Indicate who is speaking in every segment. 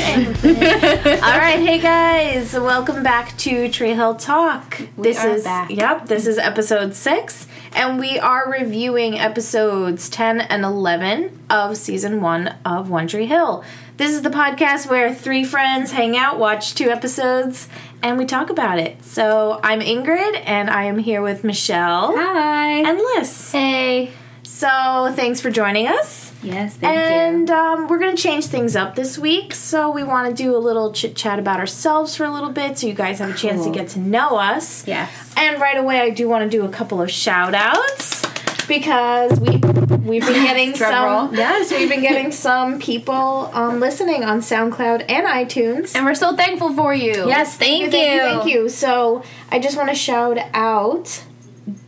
Speaker 1: All right, hey guys, welcome back to Tree Hill Talk. this
Speaker 2: are
Speaker 1: is
Speaker 2: back.
Speaker 1: yep, this is episode six, and we are reviewing episodes ten and eleven of season one of One Tree Hill. This is the podcast where three friends hang out, watch two episodes, and we talk about it. So I'm Ingrid, and I am here with Michelle
Speaker 2: Hi.
Speaker 1: and Liz.
Speaker 2: Hey.
Speaker 1: So thanks for joining us.
Speaker 2: Yes, thank
Speaker 1: And um, we're going to change things up this week. So we want to do a little chit chat about ourselves for a little bit so you guys have a chance to
Speaker 2: Cool.
Speaker 1: get to know us.
Speaker 2: you. Yes.
Speaker 1: And right away, I do want to do a couple of shout outs because we we've been getting
Speaker 2: Drum
Speaker 1: some
Speaker 2: roll.
Speaker 1: yes we've been getting some people um, listening on SoundCloud and iTunes.
Speaker 2: And we're so thankful for you.
Speaker 1: Yes, thank you, thank you. Thank you. So I just want to shout out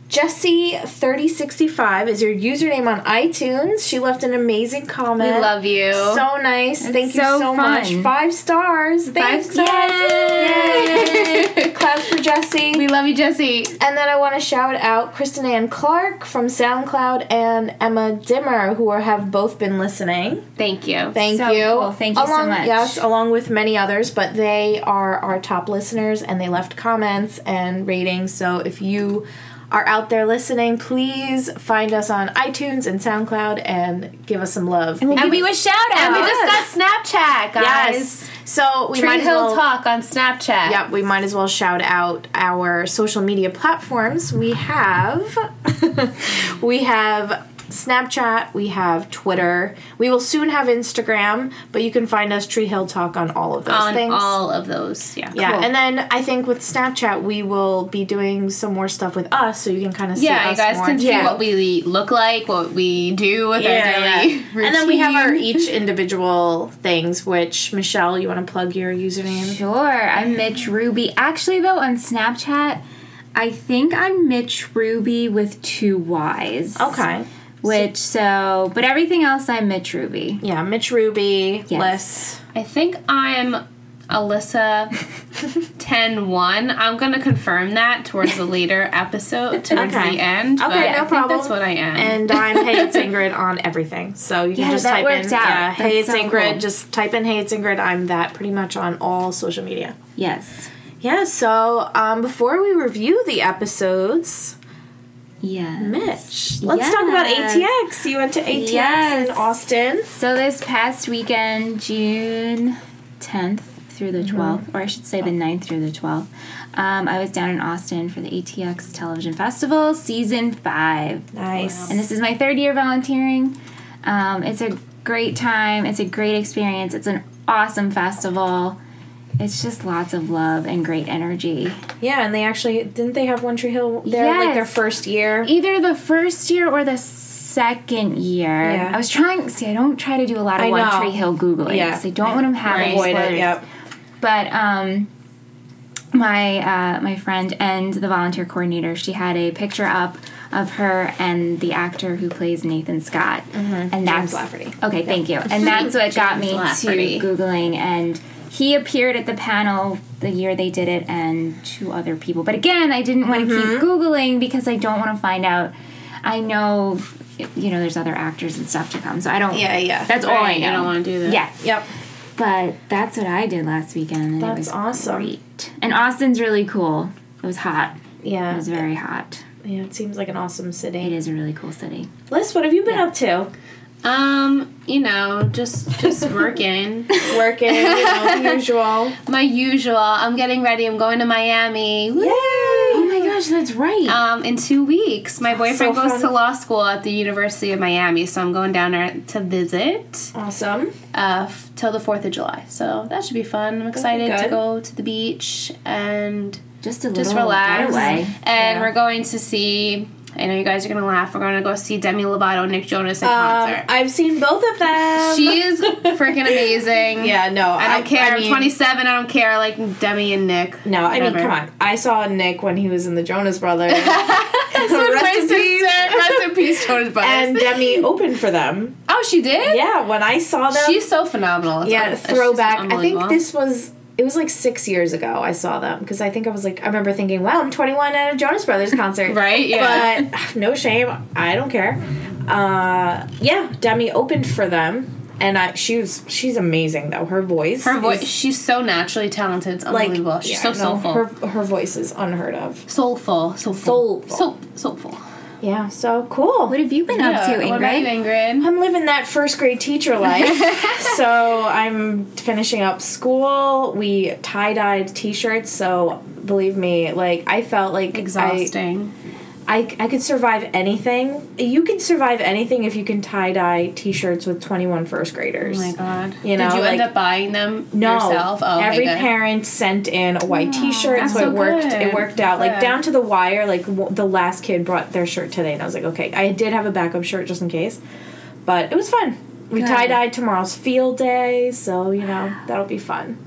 Speaker 1: Jessie3065 is your username on iTunes. She left an amazing
Speaker 2: We
Speaker 1: comment.
Speaker 2: love you.
Speaker 1: So nice. thank you so
Speaker 2: so
Speaker 1: much.
Speaker 2: fun.
Speaker 1: Five stars. Thanks,
Speaker 2: Five stars.
Speaker 1: Yay. Claps for Jessie.
Speaker 2: we love you, Jesse.
Speaker 1: And then I want to shout out Kristen Ann Clark from SoundCloud and Emma Dimmer, who are, have both been listening.
Speaker 2: Thank you.
Speaker 1: Thank
Speaker 3: So
Speaker 1: you.
Speaker 3: cool. Thank you so
Speaker 1: Along-
Speaker 3: much.
Speaker 1: Yes, along with many others, but they are our top listeners and they left comments and ratings. So if you are out there listening, please find us on iTunes and SoundCloud and give us some love.
Speaker 2: And we wish shout out. And we
Speaker 1: Yes.
Speaker 2: just got Snapchat, guys.
Speaker 1: yes. So we
Speaker 2: Tree
Speaker 1: might as
Speaker 2: Hill
Speaker 1: well,
Speaker 2: Talk on Snapchat.
Speaker 1: Yep, we might as well shout out our social media platforms. We have we have Snapchat, we have Twitter. We will soon have Instagram, but you can find us Tree Hill Talk on all of those
Speaker 2: On
Speaker 1: things.
Speaker 2: all of those. Yeah.
Speaker 1: yeah,
Speaker 2: Cool.
Speaker 1: and then I think with Snapchat we will be doing some more stuff with us, so you can kind of see
Speaker 2: yeah,
Speaker 1: us
Speaker 2: you guys
Speaker 1: more.
Speaker 2: can see
Speaker 3: Yeah.
Speaker 2: what we look like, what we do with our daily routine.
Speaker 1: And then we have our each individual things. Which Michelle, you want to plug your username?
Speaker 3: Sure, I'm Mitch Ruby. Actually, though, on Snapchat, I think I'm Mitch Ruby with two Y's.
Speaker 1: Okay.
Speaker 3: Which, so, but everything else, I'm Mitch Ruby.
Speaker 1: Yeah, Mitch Ruby,
Speaker 3: Yes.
Speaker 1: Liz.
Speaker 2: I think I'm Alyssa 101. I'm gonna confirm that towards the later episode, towards
Speaker 1: Okay.
Speaker 2: the end.
Speaker 1: Okay,
Speaker 2: but
Speaker 1: no
Speaker 2: I think
Speaker 1: problem.
Speaker 2: That's what I am.
Speaker 1: and I'm Hey It's Ingrid on everything. So you can
Speaker 3: Yeah,
Speaker 1: just
Speaker 3: that
Speaker 1: type
Speaker 3: worked
Speaker 1: in
Speaker 3: out.
Speaker 1: Yeah, Hey It's
Speaker 3: That's so
Speaker 1: Ingrid.
Speaker 3: cool.
Speaker 1: Just type in Hey It's Ingrid. I'm that pretty much on all social media.
Speaker 3: Yes.
Speaker 1: Yeah, so um, before we review the episodes,
Speaker 3: Yes.
Speaker 1: Mitch, let's talk about
Speaker 3: Yes.
Speaker 1: ATX. You went to ATX
Speaker 3: Yes.
Speaker 1: in Austin.
Speaker 3: So, this past weekend, June 10th through the 12th, or I should say the 9th through the 12th, um, I was down in Austin for the ATX Television Festival, season five.
Speaker 1: Nice.
Speaker 3: and this is my third year volunteering. Um, it's a great time. It's a great experience. It's an awesome festival. It's just lots of love and great energy.
Speaker 1: yeah, and they actually didn't they have One Tree Hill there like their
Speaker 3: Yes.
Speaker 1: first year?
Speaker 3: Either the first year or the second year.
Speaker 1: Yeah.
Speaker 3: I was trying. See, I don't try to do a lot of
Speaker 1: I
Speaker 3: One
Speaker 1: know.
Speaker 3: Tree Hill googling
Speaker 1: Yeah.
Speaker 3: because I don't want them having
Speaker 1: Avoid it.
Speaker 3: spoilers.
Speaker 1: Yep.
Speaker 3: But um, my uh, my friend and the volunteer coordinator, she had a picture up of her and the actor who plays Nathan Scott, and that's
Speaker 1: Mm-hmm. Lafferty.
Speaker 3: Okay, thank you. And that's what got me
Speaker 2: Lafferty.
Speaker 3: to googling and. He appeared at the panel the year they did it, and two other people. But again, I didn't want to keep
Speaker 2: Mm-hmm.
Speaker 3: googling because I don't want to find out. I know, you know, there's other actors and stuff to come, so I don't.
Speaker 1: Yeah, yeah.
Speaker 3: That's all I
Speaker 2: Right,
Speaker 3: know.
Speaker 2: you don't wanna do that.
Speaker 3: Yeah,
Speaker 1: Yep.
Speaker 3: but that's what I did last weekend. And
Speaker 1: That's
Speaker 3: it was
Speaker 1: awesome.
Speaker 3: Great. And Austin's really cool. It was hot. It
Speaker 1: Yeah.
Speaker 3: was very hot.
Speaker 1: Yeah, it seems like an awesome
Speaker 3: It
Speaker 1: city.
Speaker 3: is a really cool city.
Speaker 1: Liz, what have you been up to?
Speaker 2: um, you know, just just working.
Speaker 1: Working, you know, the usual.
Speaker 2: My usual. I'm getting ready. I'm going to Miami. Woo!
Speaker 1: Yay!
Speaker 3: Oh my gosh, that's right.
Speaker 2: Um, in two weeks, my
Speaker 1: So
Speaker 2: boyfriend goes
Speaker 1: fun.
Speaker 2: to law school at the University of Miami, so I'm going down there to visit
Speaker 1: Awesome.
Speaker 2: uh, f- till the Fourth of July. So that should be fun. I'm excited to
Speaker 1: good.
Speaker 2: go to the beach and
Speaker 3: just a little
Speaker 2: just relax.
Speaker 3: getaway.
Speaker 1: Yeah.
Speaker 2: And we're going to see. I know you guys are gonna laugh. We're gonna go see Demi Lovato, Nick Jonas in
Speaker 1: Um,
Speaker 2: concert.
Speaker 1: I've seen both of them.
Speaker 2: she is freaking amazing.
Speaker 1: yeah, no,
Speaker 2: I don't care. I
Speaker 1: mean-
Speaker 2: am 27. I don't care. I Like Demi and Nick.
Speaker 1: No, I mean,
Speaker 2: Whatever.
Speaker 1: come on. I saw Nick when he was in the Jonas Brothers. Rest in peace.
Speaker 2: Rest in peace, Jonas Brothers.
Speaker 1: And Demi opened for them.
Speaker 2: oh, she did.
Speaker 1: Yeah, when I saw them,
Speaker 2: She's so phenomenal. It's un-
Speaker 1: yeah,
Speaker 2: it's just
Speaker 1: throwback. I think
Speaker 2: unbelievable.
Speaker 1: this was. It was like six years ago I saw them because I think I was like I remember thinking, wow, I'm 21 at a Jonas Brothers concert,
Speaker 2: Right, yeah.
Speaker 1: But no shame, I don't care. Uh, yeah, Demi opened for them, and I she was she's amazing though. Her voice,
Speaker 2: Her voice,
Speaker 1: is,
Speaker 2: she's so naturally talented. It's
Speaker 1: like
Speaker 2: unbelievable.
Speaker 1: yeah,
Speaker 2: she's so
Speaker 1: no,
Speaker 2: soulful.
Speaker 1: Her her voice is unheard of.
Speaker 2: soulful, soulful,
Speaker 1: Soulful.
Speaker 2: soul, soulful.
Speaker 1: Yeah, so cool.
Speaker 3: What have you been up to,
Speaker 2: Yeah, What about you,
Speaker 3: Ingrid?
Speaker 2: Ingrid?
Speaker 1: I'm living that first grade teacher life. so I'm finishing up school. We tie dyed t shirts, so believe me, like I felt like I-
Speaker 2: Exhausting.
Speaker 1: I, I could survive anything. You can survive anything if you can tie dye t shirts with 21 first graders.
Speaker 2: oh my god.
Speaker 1: You know,
Speaker 2: Did you
Speaker 1: like-
Speaker 2: end up buying them
Speaker 1: No,
Speaker 2: yourself? Oh, okay,
Speaker 1: every
Speaker 2: good.
Speaker 1: parent sent in a white T-shirt,
Speaker 2: that's
Speaker 1: so,
Speaker 2: so
Speaker 1: it worked.
Speaker 2: good.
Speaker 1: It worked out, like
Speaker 2: Good.
Speaker 1: down to the wire. Like w- the last kid brought their shirt today, and I was like, okay, I did have a backup shirt just in case, but it was fun. We
Speaker 3: Good.
Speaker 1: tie dyed tomorrow's field day, so you know that'll be fun.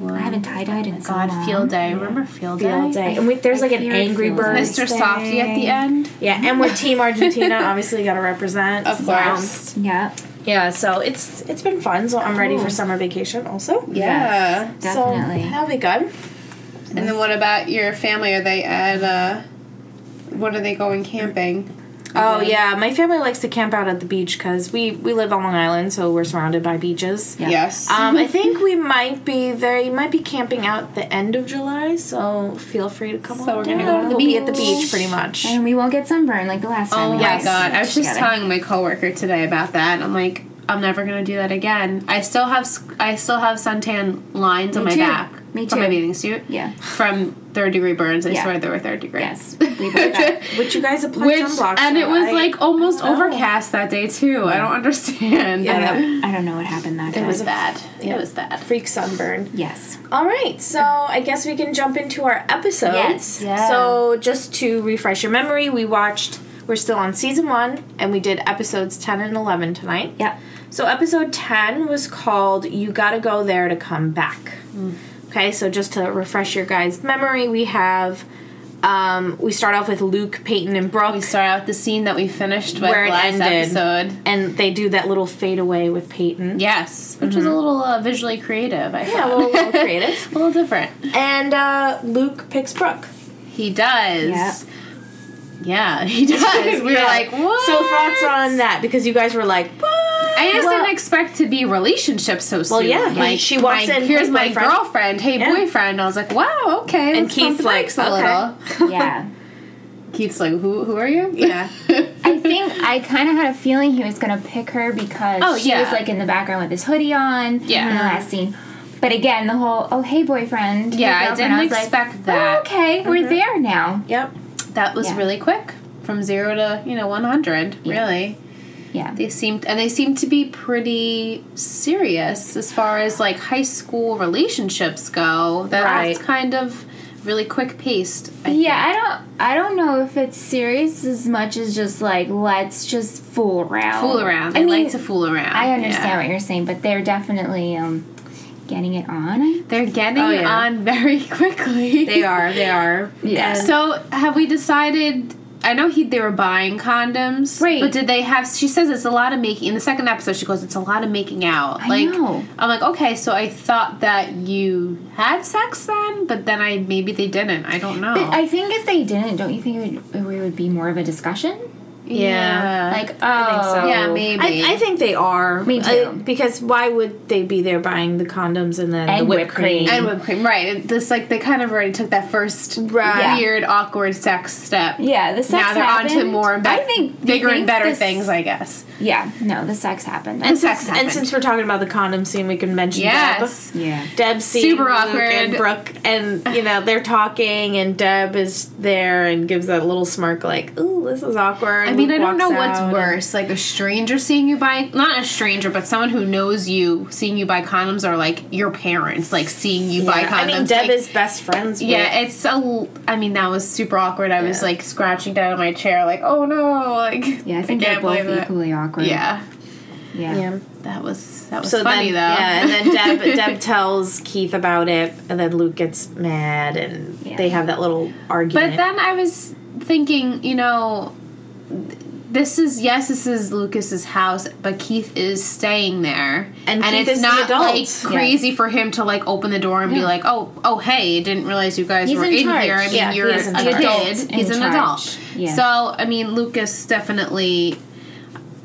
Speaker 2: Well,
Speaker 3: I haven't tie dyed in so long.
Speaker 2: Oh God, field day. Remember field day?
Speaker 1: Field day, and we, there's
Speaker 3: I
Speaker 1: like an
Speaker 3: fear
Speaker 1: Angry
Speaker 3: field day.
Speaker 1: Birds,
Speaker 2: Mr. Softy at the
Speaker 1: thing.
Speaker 2: end.
Speaker 1: Yeah, and we're Team Argentina. obviously, got to represent.
Speaker 2: Of
Speaker 1: so.
Speaker 2: course.
Speaker 3: Yeah,
Speaker 1: Yeah, so it's it's been fun. So I'm ready for
Speaker 2: Cool.
Speaker 1: summer vacation also.
Speaker 2: Yeah.
Speaker 3: definitely.
Speaker 1: So that'll be good.
Speaker 2: And then what about your family? Are they at uh what are they going camping?
Speaker 1: Oh
Speaker 2: Mhm.
Speaker 1: yeah, my family likes to camp out at the beach because we we live on Long Island, so we're surrounded by beaches.
Speaker 3: Yeah.
Speaker 2: Yes.
Speaker 1: Um, I think we might be they might be camping out the end of July, so feel free to come
Speaker 2: So
Speaker 1: on
Speaker 2: we're
Speaker 1: down.
Speaker 2: gonna go to the
Speaker 1: we'll be at the
Speaker 2: beach.
Speaker 1: beach pretty much.
Speaker 3: and we won't get sunburned like the last
Speaker 2: Oh
Speaker 3: time. we
Speaker 2: my
Speaker 3: got
Speaker 2: god! I was just
Speaker 3: together.
Speaker 2: telling my coworker today about that. I'm like, I'm never gonna do that again. I still have s- I still have suntan lines on
Speaker 3: Me
Speaker 2: my
Speaker 3: too.
Speaker 2: back
Speaker 3: Me
Speaker 2: from my
Speaker 3: too.
Speaker 2: bathing suit.
Speaker 3: Yeah.
Speaker 2: From third degree burns, I
Speaker 3: Yeah.
Speaker 2: swear there were third degree.
Speaker 3: Yes, we both got-
Speaker 1: Which you guys apply
Speaker 2: Which
Speaker 1: sunblock.
Speaker 2: and
Speaker 1: to,
Speaker 2: it was
Speaker 1: I-
Speaker 2: like almost
Speaker 1: don't know.
Speaker 2: overcast that day too. I don't understand.
Speaker 1: Yeah.
Speaker 3: I don't, I don't know what happened that day.
Speaker 2: It was bad. It was bad.
Speaker 1: freak sunburn.
Speaker 3: yes.
Speaker 1: All right, so I guess we can jump into our episodes.
Speaker 3: Yes.
Speaker 2: Yeah.
Speaker 1: So just to refresh your memory, we watched. We're still on season one, and we did episodes ten and eleven tonight.
Speaker 3: Yep.
Speaker 1: So episode 10 was called You Gotta Go There to Come Back. Hmm. Okay, so just to refresh your guys' memory, we have um, we start off with Luke, Peyton, and Brooke.
Speaker 2: We start out the scene that we finished with
Speaker 1: Where it
Speaker 2: last
Speaker 1: ended.
Speaker 2: episode.
Speaker 1: and they do that little fadeaway with Peyton.
Speaker 2: Yes, which was a little uh, visually creative. I
Speaker 1: Mm-hmm. Yeah, a
Speaker 2: thought.
Speaker 1: little, little creative.
Speaker 2: a little different.
Speaker 1: And uh, Luke picks Brooke.
Speaker 2: He does.
Speaker 3: Yep.
Speaker 2: Yeah, he does. We were
Speaker 1: Yeah.
Speaker 2: like, what?
Speaker 1: So thoughts on that because you guys were like, what?
Speaker 2: I just
Speaker 1: Well-
Speaker 2: didn't expect to be relationship so soon.
Speaker 1: Well, yeah, he-
Speaker 2: like
Speaker 1: she walks
Speaker 2: my-
Speaker 1: in,
Speaker 2: Here's
Speaker 1: "Hey,
Speaker 2: my
Speaker 1: boyfriend."
Speaker 2: girlfriend. Hey,
Speaker 1: Yeah.
Speaker 2: boyfriend. I was like, wow, okay.
Speaker 1: And
Speaker 2: let's pump
Speaker 1: Keith's
Speaker 2: the
Speaker 1: like,
Speaker 2: brakes a
Speaker 1: okay.
Speaker 2: little.
Speaker 3: Yeah.
Speaker 2: Keith's like, who? Who are you?
Speaker 1: Yeah.
Speaker 3: I think I kind of had a feeling he was gonna pick her because
Speaker 2: Oh,
Speaker 3: she
Speaker 2: yeah.
Speaker 3: was like in the background with his hoodie on
Speaker 2: Yeah.
Speaker 3: in the last scene. But again, the whole oh hey boyfriend, hey,
Speaker 2: Yeah, I
Speaker 3: girlfriend,"
Speaker 2: didn't
Speaker 3: was like,
Speaker 2: expect
Speaker 3: "Oh,
Speaker 2: that. Mm-hmm.
Speaker 3: okay, we're there now.
Speaker 1: Yep.
Speaker 2: that was
Speaker 3: Yeah.
Speaker 2: really quick, from zero to you know one hundred. Really,
Speaker 3: Yeah,
Speaker 2: they seemed and they seemed to be pretty serious as far as like high school relationships go. That
Speaker 1: Right.
Speaker 2: was kind of really quick paced. I
Speaker 3: yeah. I don't I don't know if it's serious as much as just like let's just fool around,
Speaker 2: fool around.
Speaker 3: I
Speaker 2: They
Speaker 3: mean,
Speaker 2: like to fool around.
Speaker 3: I understand
Speaker 2: Yeah.
Speaker 3: what you're saying, but they're definitely um getting it on.
Speaker 2: They're getting
Speaker 1: Oh, yeah.
Speaker 2: on very quickly.
Speaker 1: They are. They are.
Speaker 3: Yeah.
Speaker 2: So have we decided? I know he they were buying condoms,
Speaker 3: Right.
Speaker 2: But did they have? She says it's a lot of making. In the second episode, she goes, "It's a lot of making out."
Speaker 3: I
Speaker 2: like
Speaker 3: know.
Speaker 2: I'm like, okay, so I thought that you had sex then, but then I maybe they didn't. I don't know.
Speaker 3: But I think if they didn't, don't you think it would, it would be more of a discussion?
Speaker 1: Yeah.
Speaker 3: Like, oh,
Speaker 1: so.
Speaker 2: yeah, maybe.
Speaker 1: I, I think they are.
Speaker 3: Me
Speaker 1: I-
Speaker 3: too.
Speaker 1: because why would they be there buying the condoms and then the
Speaker 3: And
Speaker 1: whipped
Speaker 3: whipped
Speaker 1: cream?
Speaker 3: cream.
Speaker 2: and whipped cream, right? It- This like they kind of already took that first
Speaker 1: Right.
Speaker 2: weird, awkward sex step.
Speaker 3: Yeah, the sex
Speaker 2: now they're
Speaker 3: happened.
Speaker 2: on to more and better,
Speaker 3: I think
Speaker 2: bigger
Speaker 3: think
Speaker 2: and better
Speaker 3: this-
Speaker 2: things, I guess.
Speaker 3: Yeah, no, the sex happened.
Speaker 2: And sex happened.
Speaker 1: And since we're talking about the condom scene, we can mention
Speaker 2: yes,
Speaker 1: Deb.
Speaker 3: yeah,
Speaker 1: Deb sees
Speaker 2: Super
Speaker 1: Luke and
Speaker 2: awkward.
Speaker 1: Brooke, and you know they're talking, and Deb is there and gives that little smirk, like, "Ooh, this is awkward."
Speaker 2: I mean,
Speaker 1: Luke
Speaker 2: I
Speaker 1: walks
Speaker 2: don't know what's
Speaker 1: out and-
Speaker 2: worse, like a stranger seeing you buy not a stranger, but someone who knows you seeing you buy condoms, or like your parents like seeing you buy
Speaker 1: Yeah,
Speaker 2: condoms.
Speaker 1: I mean, Deb
Speaker 2: like-
Speaker 1: is best friends. With,
Speaker 2: Yeah, it's so. I mean, that was super awkward. I was
Speaker 1: Yeah.
Speaker 2: like scratching down in my chair, like, oh no, like.
Speaker 3: yeah. I think they're
Speaker 2: can't
Speaker 3: both
Speaker 2: believe it.
Speaker 3: equally awkward.
Speaker 2: Yeah,
Speaker 3: yeah.
Speaker 1: yeah.
Speaker 2: that was that was
Speaker 1: So
Speaker 2: funny
Speaker 1: then,
Speaker 2: though.
Speaker 1: yeah, and then Deb Deb tells Keith about it, and then Luke gets mad, and
Speaker 3: Yeah.
Speaker 1: they have that little argument.
Speaker 2: But then I was thinking, you know, th- this is yes, this is Lucas's house, but Keith is staying there,
Speaker 1: And Keith
Speaker 2: it's
Speaker 1: is the
Speaker 2: not
Speaker 1: adult.
Speaker 2: like
Speaker 1: Yes.
Speaker 2: crazy for him to like open the door and be
Speaker 3: Yeah.
Speaker 2: like, oh, oh, hey, didn't realize you guys
Speaker 3: He's
Speaker 2: were
Speaker 3: in
Speaker 2: in,
Speaker 3: charge.
Speaker 2: here. I mean,
Speaker 1: Yeah, he
Speaker 2: you're
Speaker 1: is in
Speaker 2: a
Speaker 1: charge.
Speaker 2: kid.
Speaker 3: Adult in
Speaker 2: He's an
Speaker 3: charge.
Speaker 2: adult.
Speaker 3: Yeah.
Speaker 2: So I mean, Lucas definitely.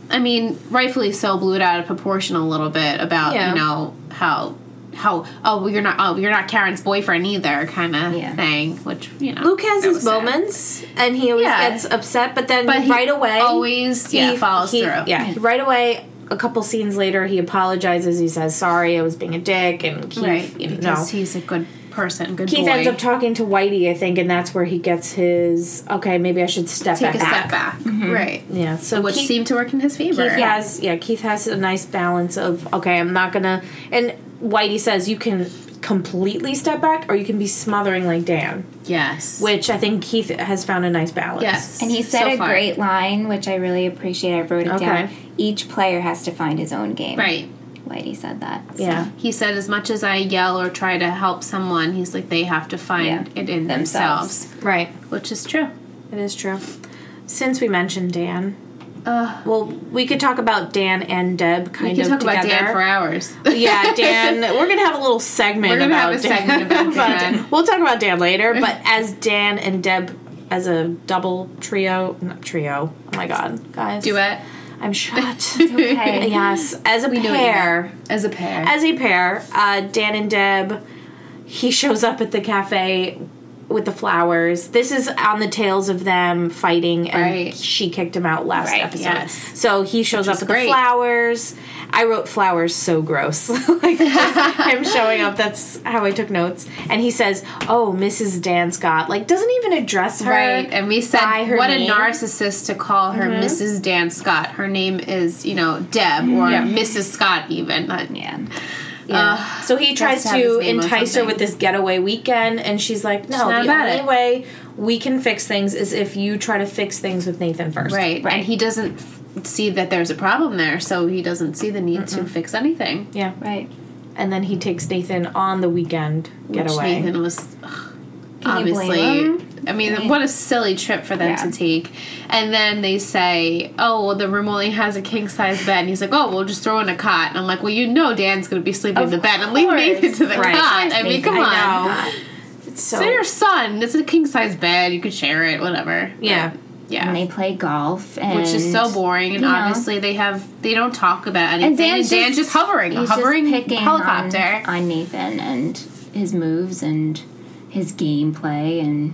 Speaker 2: I mean, rightfully so, blew it out of proportion a little bit about
Speaker 1: Yeah.
Speaker 2: you know how how oh well, you're not oh you're not Karen's boyfriend either kind of
Speaker 3: Yeah.
Speaker 2: thing, which you know
Speaker 1: Luke has
Speaker 2: that
Speaker 1: his
Speaker 2: was sad.
Speaker 1: moments, and he always
Speaker 2: Yeah.
Speaker 1: gets upset, but then
Speaker 2: but he
Speaker 1: right away,
Speaker 2: always yeah follows
Speaker 1: he-
Speaker 2: through
Speaker 1: Yeah, he- right away. A couple scenes later, he apologizes. He says, "Sorry, I was being a dick." And Keith,
Speaker 2: right
Speaker 1: you know,
Speaker 2: because he's a good person, good
Speaker 1: Keith
Speaker 2: boy.
Speaker 1: ends up talking to Whitey, I think, and that's where he gets his. Okay, maybe I should step
Speaker 2: take
Speaker 1: back.
Speaker 2: a step back, right?
Speaker 1: Yeah. So
Speaker 2: Which
Speaker 1: Keith,
Speaker 2: seemed to work in his favor.
Speaker 1: Keith has yeah. Keith has a nice balance of okay, I'm not gonna. And Whitey says you can completely step back, or you can be smothering like Dan,
Speaker 2: Yes.
Speaker 1: which I think Keith has found a nice balance.
Speaker 2: yes.
Speaker 3: And he said
Speaker 2: So
Speaker 3: a
Speaker 2: far.
Speaker 3: great line, which I really appreciate. I wrote it
Speaker 1: Okay.
Speaker 3: down. Each player has to find his own game.
Speaker 2: Right.
Speaker 3: Whitey said that. so.
Speaker 1: Yeah.
Speaker 2: He said, as much as I yell or try to help someone, he's like, they have to find
Speaker 3: Yeah.
Speaker 2: it in
Speaker 3: Themselves.
Speaker 2: themselves,
Speaker 1: Right.
Speaker 2: which is true.
Speaker 1: It is true. Since we mentioned Dan,
Speaker 2: Uh,
Speaker 1: well, we could talk about Dan and Deb
Speaker 2: we
Speaker 1: kind
Speaker 2: can
Speaker 1: of
Speaker 2: talk
Speaker 1: together.
Speaker 2: about Dan for hours.
Speaker 1: yeah, Dan. We're gonna have a little segment.
Speaker 2: We're gonna
Speaker 1: about
Speaker 2: have a
Speaker 1: Dan.
Speaker 2: segment about Dan.
Speaker 1: We'll talk about Dan later, but as Dan and Deb as a double trio, not trio. Oh my god, guys,
Speaker 2: Duet
Speaker 1: I'm shot.
Speaker 3: Okay.
Speaker 1: yes, as a
Speaker 2: knew it,
Speaker 1: pair,
Speaker 2: as a pair.
Speaker 1: as a pair, uh, Dan and Deb. He shows up at the cafe with the flowers. This is on the tails of them fighting, and
Speaker 2: Right.
Speaker 1: she kicked him out last
Speaker 3: Right,
Speaker 1: episode.
Speaker 2: yes.
Speaker 1: So he shows up
Speaker 2: is
Speaker 1: with
Speaker 2: great.
Speaker 1: the flowers. I wrote flowers so gross. like him showing up. That's how I took notes. And he says, "Oh, Mrs. Dan Scott." Like doesn't even address her.
Speaker 2: Right, and we said
Speaker 1: by her
Speaker 2: what
Speaker 1: name.
Speaker 2: a narcissist to call her Mrs. Dan Scott. Her name is, you know, Deb or Mrs. Scott, even. But
Speaker 3: Yeah.
Speaker 1: Yeah. so he tries
Speaker 2: to have
Speaker 1: to
Speaker 2: his name on
Speaker 1: entice her
Speaker 2: something.
Speaker 1: with this getaway weekend, and she's like, "No,
Speaker 2: not
Speaker 1: the
Speaker 2: about
Speaker 1: only
Speaker 2: it."
Speaker 1: way we can fix things is if you try to fix things with Nathan first.
Speaker 2: right,
Speaker 3: Right.
Speaker 2: and he doesn't f- see that there's a problem there, so he doesn't see the need to fix anything.
Speaker 1: Yeah.
Speaker 3: Right.
Speaker 1: And then he takes Nathan on the weekend getaway.
Speaker 2: Which Nathan was ugh,
Speaker 3: Can you blame
Speaker 2: obviously. I mean, what a silly trip for them
Speaker 3: Yeah.
Speaker 2: to take. And then they say, "Oh, well, the room only has a king size bed." And he's like, "Oh, we'll just throw in a cot." And I'm like, "Well, you know, Dan's going to be sleeping in the bed and leave
Speaker 3: course.
Speaker 2: Nathan to the
Speaker 1: Right.
Speaker 2: cot." I mean,
Speaker 3: Nathan.
Speaker 2: come on,
Speaker 1: I know. It's so
Speaker 2: it's your son. It's a king size bed. You could share it, whatever.
Speaker 1: yeah.
Speaker 2: yeah.
Speaker 3: And they play golf, and
Speaker 2: which is so boring, and
Speaker 3: you know.
Speaker 2: obviously they have they don't talk about anything. And Dan's, just, hovering,
Speaker 3: he's just
Speaker 2: hovering
Speaker 3: picking
Speaker 2: helicopter.
Speaker 3: on, on Nathan and his moves and his gameplay, and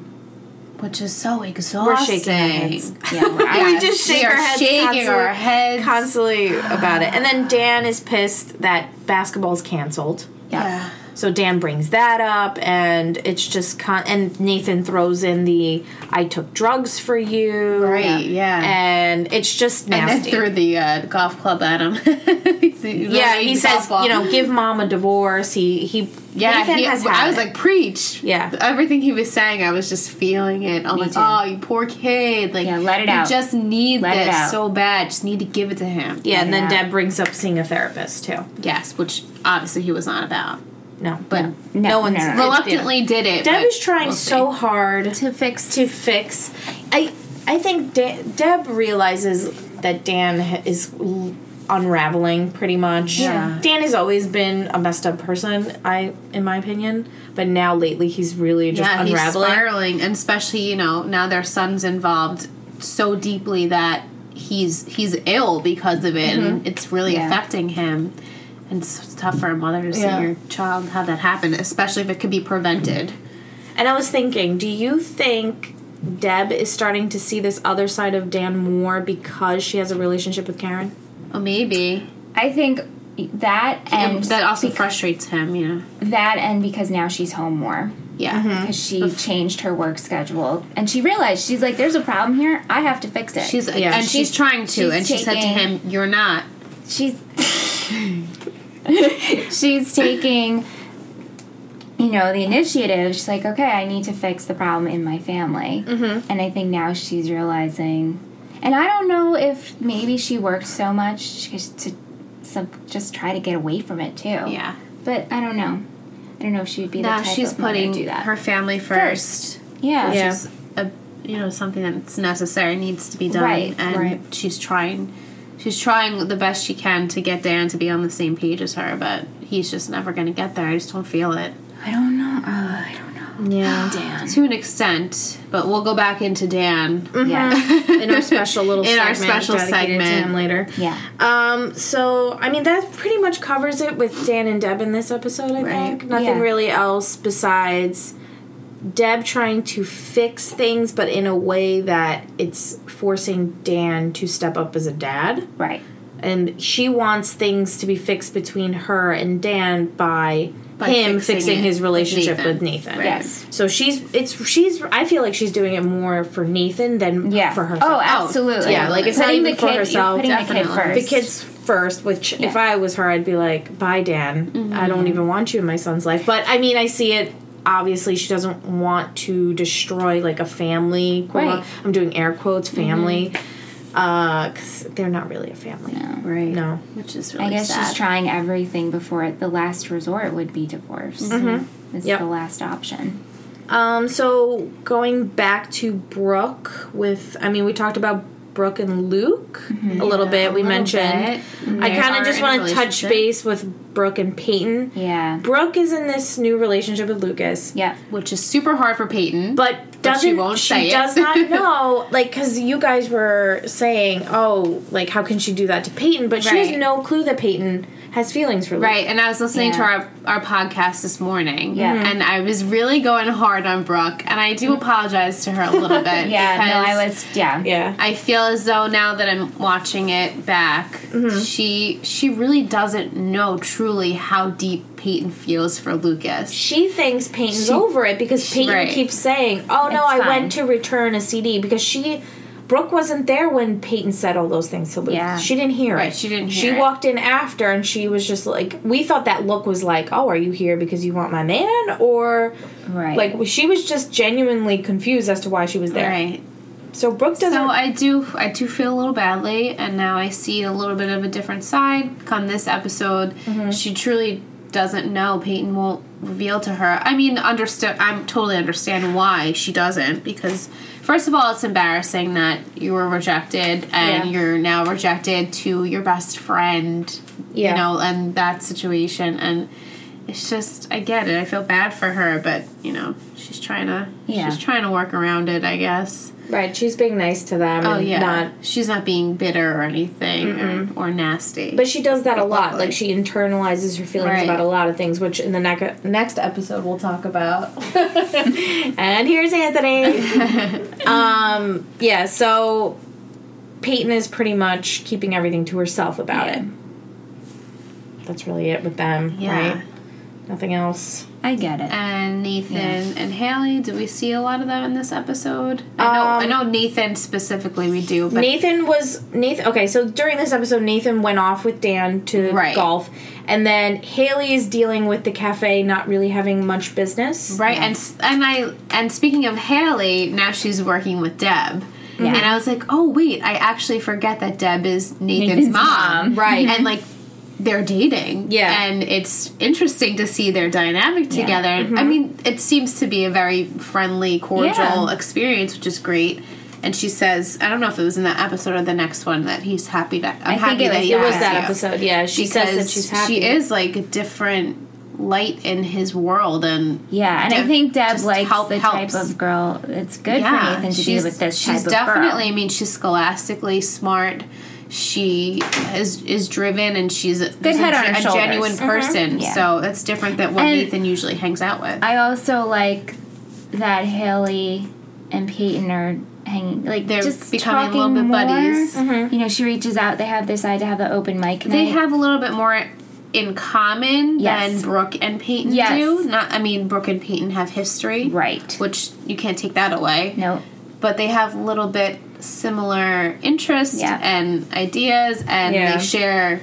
Speaker 2: which is so exhausting.
Speaker 1: We're shaking our heads.
Speaker 3: yeah, we're
Speaker 1: We
Speaker 3: out.
Speaker 1: just
Speaker 2: We
Speaker 1: shake
Speaker 2: are
Speaker 1: our heads
Speaker 2: shaking
Speaker 1: constantly,
Speaker 2: our heads.
Speaker 1: constantly about it. And then Dan is pissed that basketball's canceled.
Speaker 3: yeah.
Speaker 1: So Dan brings that up, and it's just con- and Nathan throws in the "I took drugs for you,"
Speaker 2: Right, yeah.
Speaker 1: and it's just
Speaker 2: And then
Speaker 1: nasty.
Speaker 2: threw the uh, golf club at him. He's
Speaker 1: yeah,
Speaker 2: throwing
Speaker 1: he
Speaker 2: the
Speaker 1: says,
Speaker 2: golf ball.
Speaker 1: you know, give mom a divorce. He he.
Speaker 2: yeah.
Speaker 1: Nathan
Speaker 2: He,
Speaker 1: has had
Speaker 2: I was
Speaker 1: it.
Speaker 2: like, preach.
Speaker 1: Yeah.
Speaker 2: everything he was saying, I was just feeling it. I'm like,
Speaker 3: too.
Speaker 2: oh, you poor kid. Like,
Speaker 3: Yeah, let it
Speaker 2: you
Speaker 3: out.
Speaker 2: Just need
Speaker 3: Let it
Speaker 2: this
Speaker 3: out.
Speaker 2: so bad. Just need to give it to him.
Speaker 1: yeah. And then
Speaker 3: yeah.
Speaker 1: Deb brings up seeing a therapist too.
Speaker 2: Yes, which obviously he was not about,
Speaker 1: No,
Speaker 2: but
Speaker 3: No,
Speaker 1: No one's-
Speaker 3: no, no, no.
Speaker 2: reluctantly did it.
Speaker 1: Deb
Speaker 2: but
Speaker 1: is trying
Speaker 2: we'll see.
Speaker 1: so hard
Speaker 2: to fix.
Speaker 1: to fix. I I think De- Deb realizes that Dan ha- is l- unraveling pretty much.
Speaker 2: Yeah.
Speaker 1: Dan has always been a messed up person, I in my opinion, but now lately he's really just
Speaker 2: yeah, he's
Speaker 1: unraveling.
Speaker 2: spiraling, and especially you know now their son's involved so deeply that he's he's ill because of it, and it's really
Speaker 3: Yeah.
Speaker 2: affecting him. And it's it's tough for a mother to see
Speaker 1: Yeah.
Speaker 2: your child have that happen, especially if it could be prevented.
Speaker 1: and I was thinking, do you think Deb is starting to see this other side of Dan more because she has a relationship with Karen?
Speaker 2: Well, Oh, maybe
Speaker 3: I think that
Speaker 2: and,
Speaker 3: and
Speaker 2: that also frustrates him. You know,
Speaker 3: that and because now she's home more
Speaker 2: yeah,
Speaker 3: because she changed her work schedule and she realized she's like, there's a problem here. I have to fix it.
Speaker 2: she's
Speaker 1: Yeah.
Speaker 2: and she's,
Speaker 3: She's-
Speaker 2: trying to,
Speaker 3: she's
Speaker 2: and she said to
Speaker 3: taking-
Speaker 2: him, "You're not."
Speaker 3: she's she's taking you know the initiative she's like okay i need to fix the problem in my family mm-hmm. and i think now she's realizing and i don't know if maybe she worked so much just to some, just try to get away from it too
Speaker 2: Yeah,
Speaker 3: but i don't know i don't know if she would be
Speaker 2: now
Speaker 3: the type
Speaker 2: she's
Speaker 3: of mother to
Speaker 2: putting
Speaker 3: do that
Speaker 2: her family first.
Speaker 3: yeah
Speaker 1: Yeah.
Speaker 2: is a you know something that's necessary needs to be done
Speaker 3: Right,
Speaker 2: and
Speaker 1: right.
Speaker 2: she's trying she's trying the best she can to get Dan to be on the same page as her but he's just never going to get there I just don't feel it
Speaker 3: i don't know uh, i don't know
Speaker 1: Yeah. Dan.
Speaker 2: to an extent, but we'll go back into Dan. Mm-hmm.
Speaker 3: Yes.
Speaker 1: In our special little
Speaker 2: In
Speaker 1: segment
Speaker 2: our special
Speaker 1: dedicated to
Speaker 2: segment.
Speaker 1: him later.
Speaker 3: Yeah.
Speaker 1: Um, so I mean that pretty much covers it with Dan and Deb in this episode, I think. Nothing
Speaker 3: Yeah.
Speaker 1: really else besides Deb trying to fix things but in a way that it's forcing Dan to step up as a dad.
Speaker 3: Right.
Speaker 1: And she wants things to be fixed between her and Dan by,
Speaker 2: By
Speaker 1: him
Speaker 2: fixing
Speaker 1: fixing
Speaker 2: it
Speaker 1: his
Speaker 2: with
Speaker 1: relationship
Speaker 2: Nathan.
Speaker 1: with Nathan.
Speaker 3: Yes.
Speaker 1: So she's it's she's I feel like she's doing it more for Nathan than
Speaker 3: Yeah.
Speaker 1: for herself.
Speaker 3: Oh, absolutely.
Speaker 1: yeah, like, it's not
Speaker 3: putting
Speaker 1: even
Speaker 3: the
Speaker 1: for
Speaker 3: kid,
Speaker 1: herself,
Speaker 3: You're putting the
Speaker 2: definitely.
Speaker 3: kid
Speaker 1: the
Speaker 3: first.
Speaker 1: kids first which if i was her i'd be like bye dan i
Speaker 2: Mm-hmm.
Speaker 1: don't even want you in my son's life but i mean i see it obviously she doesn't want to destroy like a family quote
Speaker 3: Right.
Speaker 1: unquote. i'm doing air quotes family
Speaker 2: Mm-hmm.
Speaker 1: Uh because they're not really a family no,
Speaker 2: Right.
Speaker 1: no.
Speaker 2: Which is really
Speaker 3: I guess
Speaker 2: sad.
Speaker 3: she's trying everything before it, the last resort would be divorce. Mm-hmm. It's
Speaker 1: Yep.
Speaker 3: the last option.
Speaker 1: Um, so going back to Brooke with, I mean, we talked about Brooke and Luke a little bit. We
Speaker 2: little
Speaker 1: mentioned.
Speaker 2: bit.
Speaker 1: I
Speaker 2: They
Speaker 1: kind
Speaker 2: are
Speaker 1: of just
Speaker 2: in a
Speaker 1: want to touch
Speaker 2: relationship.
Speaker 1: base with Brooke and Peyton.
Speaker 3: Yeah.
Speaker 1: Brooke is in this new relationship with Lucas.
Speaker 3: Yeah.
Speaker 2: which is super hard for Peyton.
Speaker 1: But
Speaker 2: But
Speaker 1: doesn't
Speaker 2: she
Speaker 1: she,
Speaker 2: won't say it.
Speaker 1: does not know like because you guys were saying oh like how can she do that to Peyton but she has
Speaker 2: Right.
Speaker 1: no clue that Peyton has feelings for Luke.
Speaker 2: Right, and I was listening to
Speaker 3: Yeah.
Speaker 2: our, our podcast this morning,
Speaker 3: Yeah. Mhm.
Speaker 2: and I was really going hard on Brooke, and I
Speaker 1: Mm.
Speaker 2: do apologize to her a little bit.
Speaker 3: Yeah.
Speaker 2: because
Speaker 3: no, I was. Yeah.
Speaker 1: yeah
Speaker 2: I feel as though now that I'm watching it back,
Speaker 1: Mm-hmm.
Speaker 2: she she really doesn't know truly how deep Peyton feels for Lucas.
Speaker 1: she thinks Peyton's over it because Peyton
Speaker 2: right.
Speaker 1: keeps saying oh no
Speaker 3: It's
Speaker 1: I
Speaker 3: fine.
Speaker 1: went to return a CD because she Brooke wasn't there when Peyton said all those things to Luke
Speaker 3: Yeah.
Speaker 1: she didn't hear
Speaker 2: Right,
Speaker 1: it
Speaker 2: she didn't
Speaker 1: she
Speaker 2: hear it.
Speaker 1: walked in after and she was just like we thought that look was like oh are you here because you want my man or
Speaker 3: Right.
Speaker 1: like she was just genuinely confused as to why she was there
Speaker 2: Right.
Speaker 1: So Brooke doesn't.
Speaker 2: So I do I do feel a little badly and now I see a little bit of a different side come this episode.
Speaker 1: Mm-hmm.
Speaker 2: She truly doesn't know Peyton won't reveal to her. I mean, understand I'm totally understand why she doesn't because first of all, it's embarrassing that you were rejected
Speaker 1: Yeah.
Speaker 2: and you're now rejected to your best friend.
Speaker 1: Yeah.
Speaker 2: You know, and that situation and it's just I get it. I feel bad for her, but you know, she's trying to
Speaker 3: Yeah.
Speaker 2: she's trying to work around it, I guess.
Speaker 1: right, she's being nice to them.
Speaker 2: Oh
Speaker 1: and
Speaker 2: yeah,
Speaker 1: Not,
Speaker 2: she's not being bitter or anything or, or nasty.
Speaker 1: but she does that a lot.
Speaker 2: Lovely.
Speaker 1: Like she internalizes her feelings
Speaker 2: Right.
Speaker 1: about a lot of things, which in the neck next episode we'll talk about. and here's Anthony. um. Yeah. So Peyton is pretty much keeping everything to herself about
Speaker 3: Yeah.
Speaker 1: it. That's really it with them,
Speaker 2: yeah,
Speaker 1: right? Nothing else.
Speaker 3: I get it.
Speaker 2: and Nathan and Haley. Do we see a lot of them in this episode? I know, I
Speaker 1: Um,
Speaker 2: know Nathan specifically. We do, but
Speaker 1: Nathan was Nathan. Okay, so during this episode, Nathan went off with Dan to
Speaker 2: Right.
Speaker 1: golf, and then Haley is dealing with the cafe not really having much business.
Speaker 2: right and s- and I and speaking of Haley, now she's working with Deb. And I was like, oh wait, I actually forget that Deb is Nathan's,
Speaker 3: Nathan's
Speaker 2: mom.
Speaker 3: mom.
Speaker 1: Right.
Speaker 2: and like they're dating.
Speaker 1: Yeah.
Speaker 2: and it's interesting to see their dynamic together.
Speaker 1: Mm-hmm.
Speaker 2: I mean, it seems to be a very friendly, cordial
Speaker 3: Yeah.
Speaker 2: experience, which is great. And she says, I don't know if it was in that episode or the next one that he's happy that I'm
Speaker 3: I think
Speaker 2: happy
Speaker 3: it
Speaker 2: that
Speaker 3: was
Speaker 2: he
Speaker 1: It was
Speaker 2: has
Speaker 1: that
Speaker 2: you."
Speaker 1: episode. Yeah, she says that
Speaker 2: Because
Speaker 1: she's happy.
Speaker 2: She is like a different light in his world, and
Speaker 3: Yeah, and I think Deb
Speaker 2: just
Speaker 3: likes
Speaker 2: help
Speaker 3: the
Speaker 2: helps.
Speaker 3: type of girl. It's good for Nathan to be with this type
Speaker 2: she's
Speaker 3: of
Speaker 2: definitely.
Speaker 3: girl.
Speaker 2: I mean, she's scholastically smart. She is is driven, and she's a, good
Speaker 3: head
Speaker 2: a,
Speaker 3: on her
Speaker 2: a
Speaker 3: shoulders. Mm-hmm.
Speaker 2: genuine person.
Speaker 3: Yeah.
Speaker 2: So that's different than what
Speaker 3: And-
Speaker 2: Nathan usually hangs out with.
Speaker 3: I also like that Haley and Peyton are hanging, like
Speaker 2: They're
Speaker 3: just
Speaker 2: becoming a
Speaker 3: talking
Speaker 2: little bit
Speaker 3: more.
Speaker 2: buddies.
Speaker 3: You know, she reaches out. They have decide to have the open mic.
Speaker 2: they
Speaker 3: night.
Speaker 2: have a little bit more in common
Speaker 3: Yes.
Speaker 2: than Brooke and Peyton
Speaker 3: Yes.
Speaker 2: do. Not, I mean, Brooke and Peyton have history,
Speaker 3: right.
Speaker 2: Which you can't take that away.
Speaker 3: no,
Speaker 2: but they have a little bit similar interests
Speaker 3: Yeah.
Speaker 2: and ideas and
Speaker 1: Yeah.
Speaker 2: they share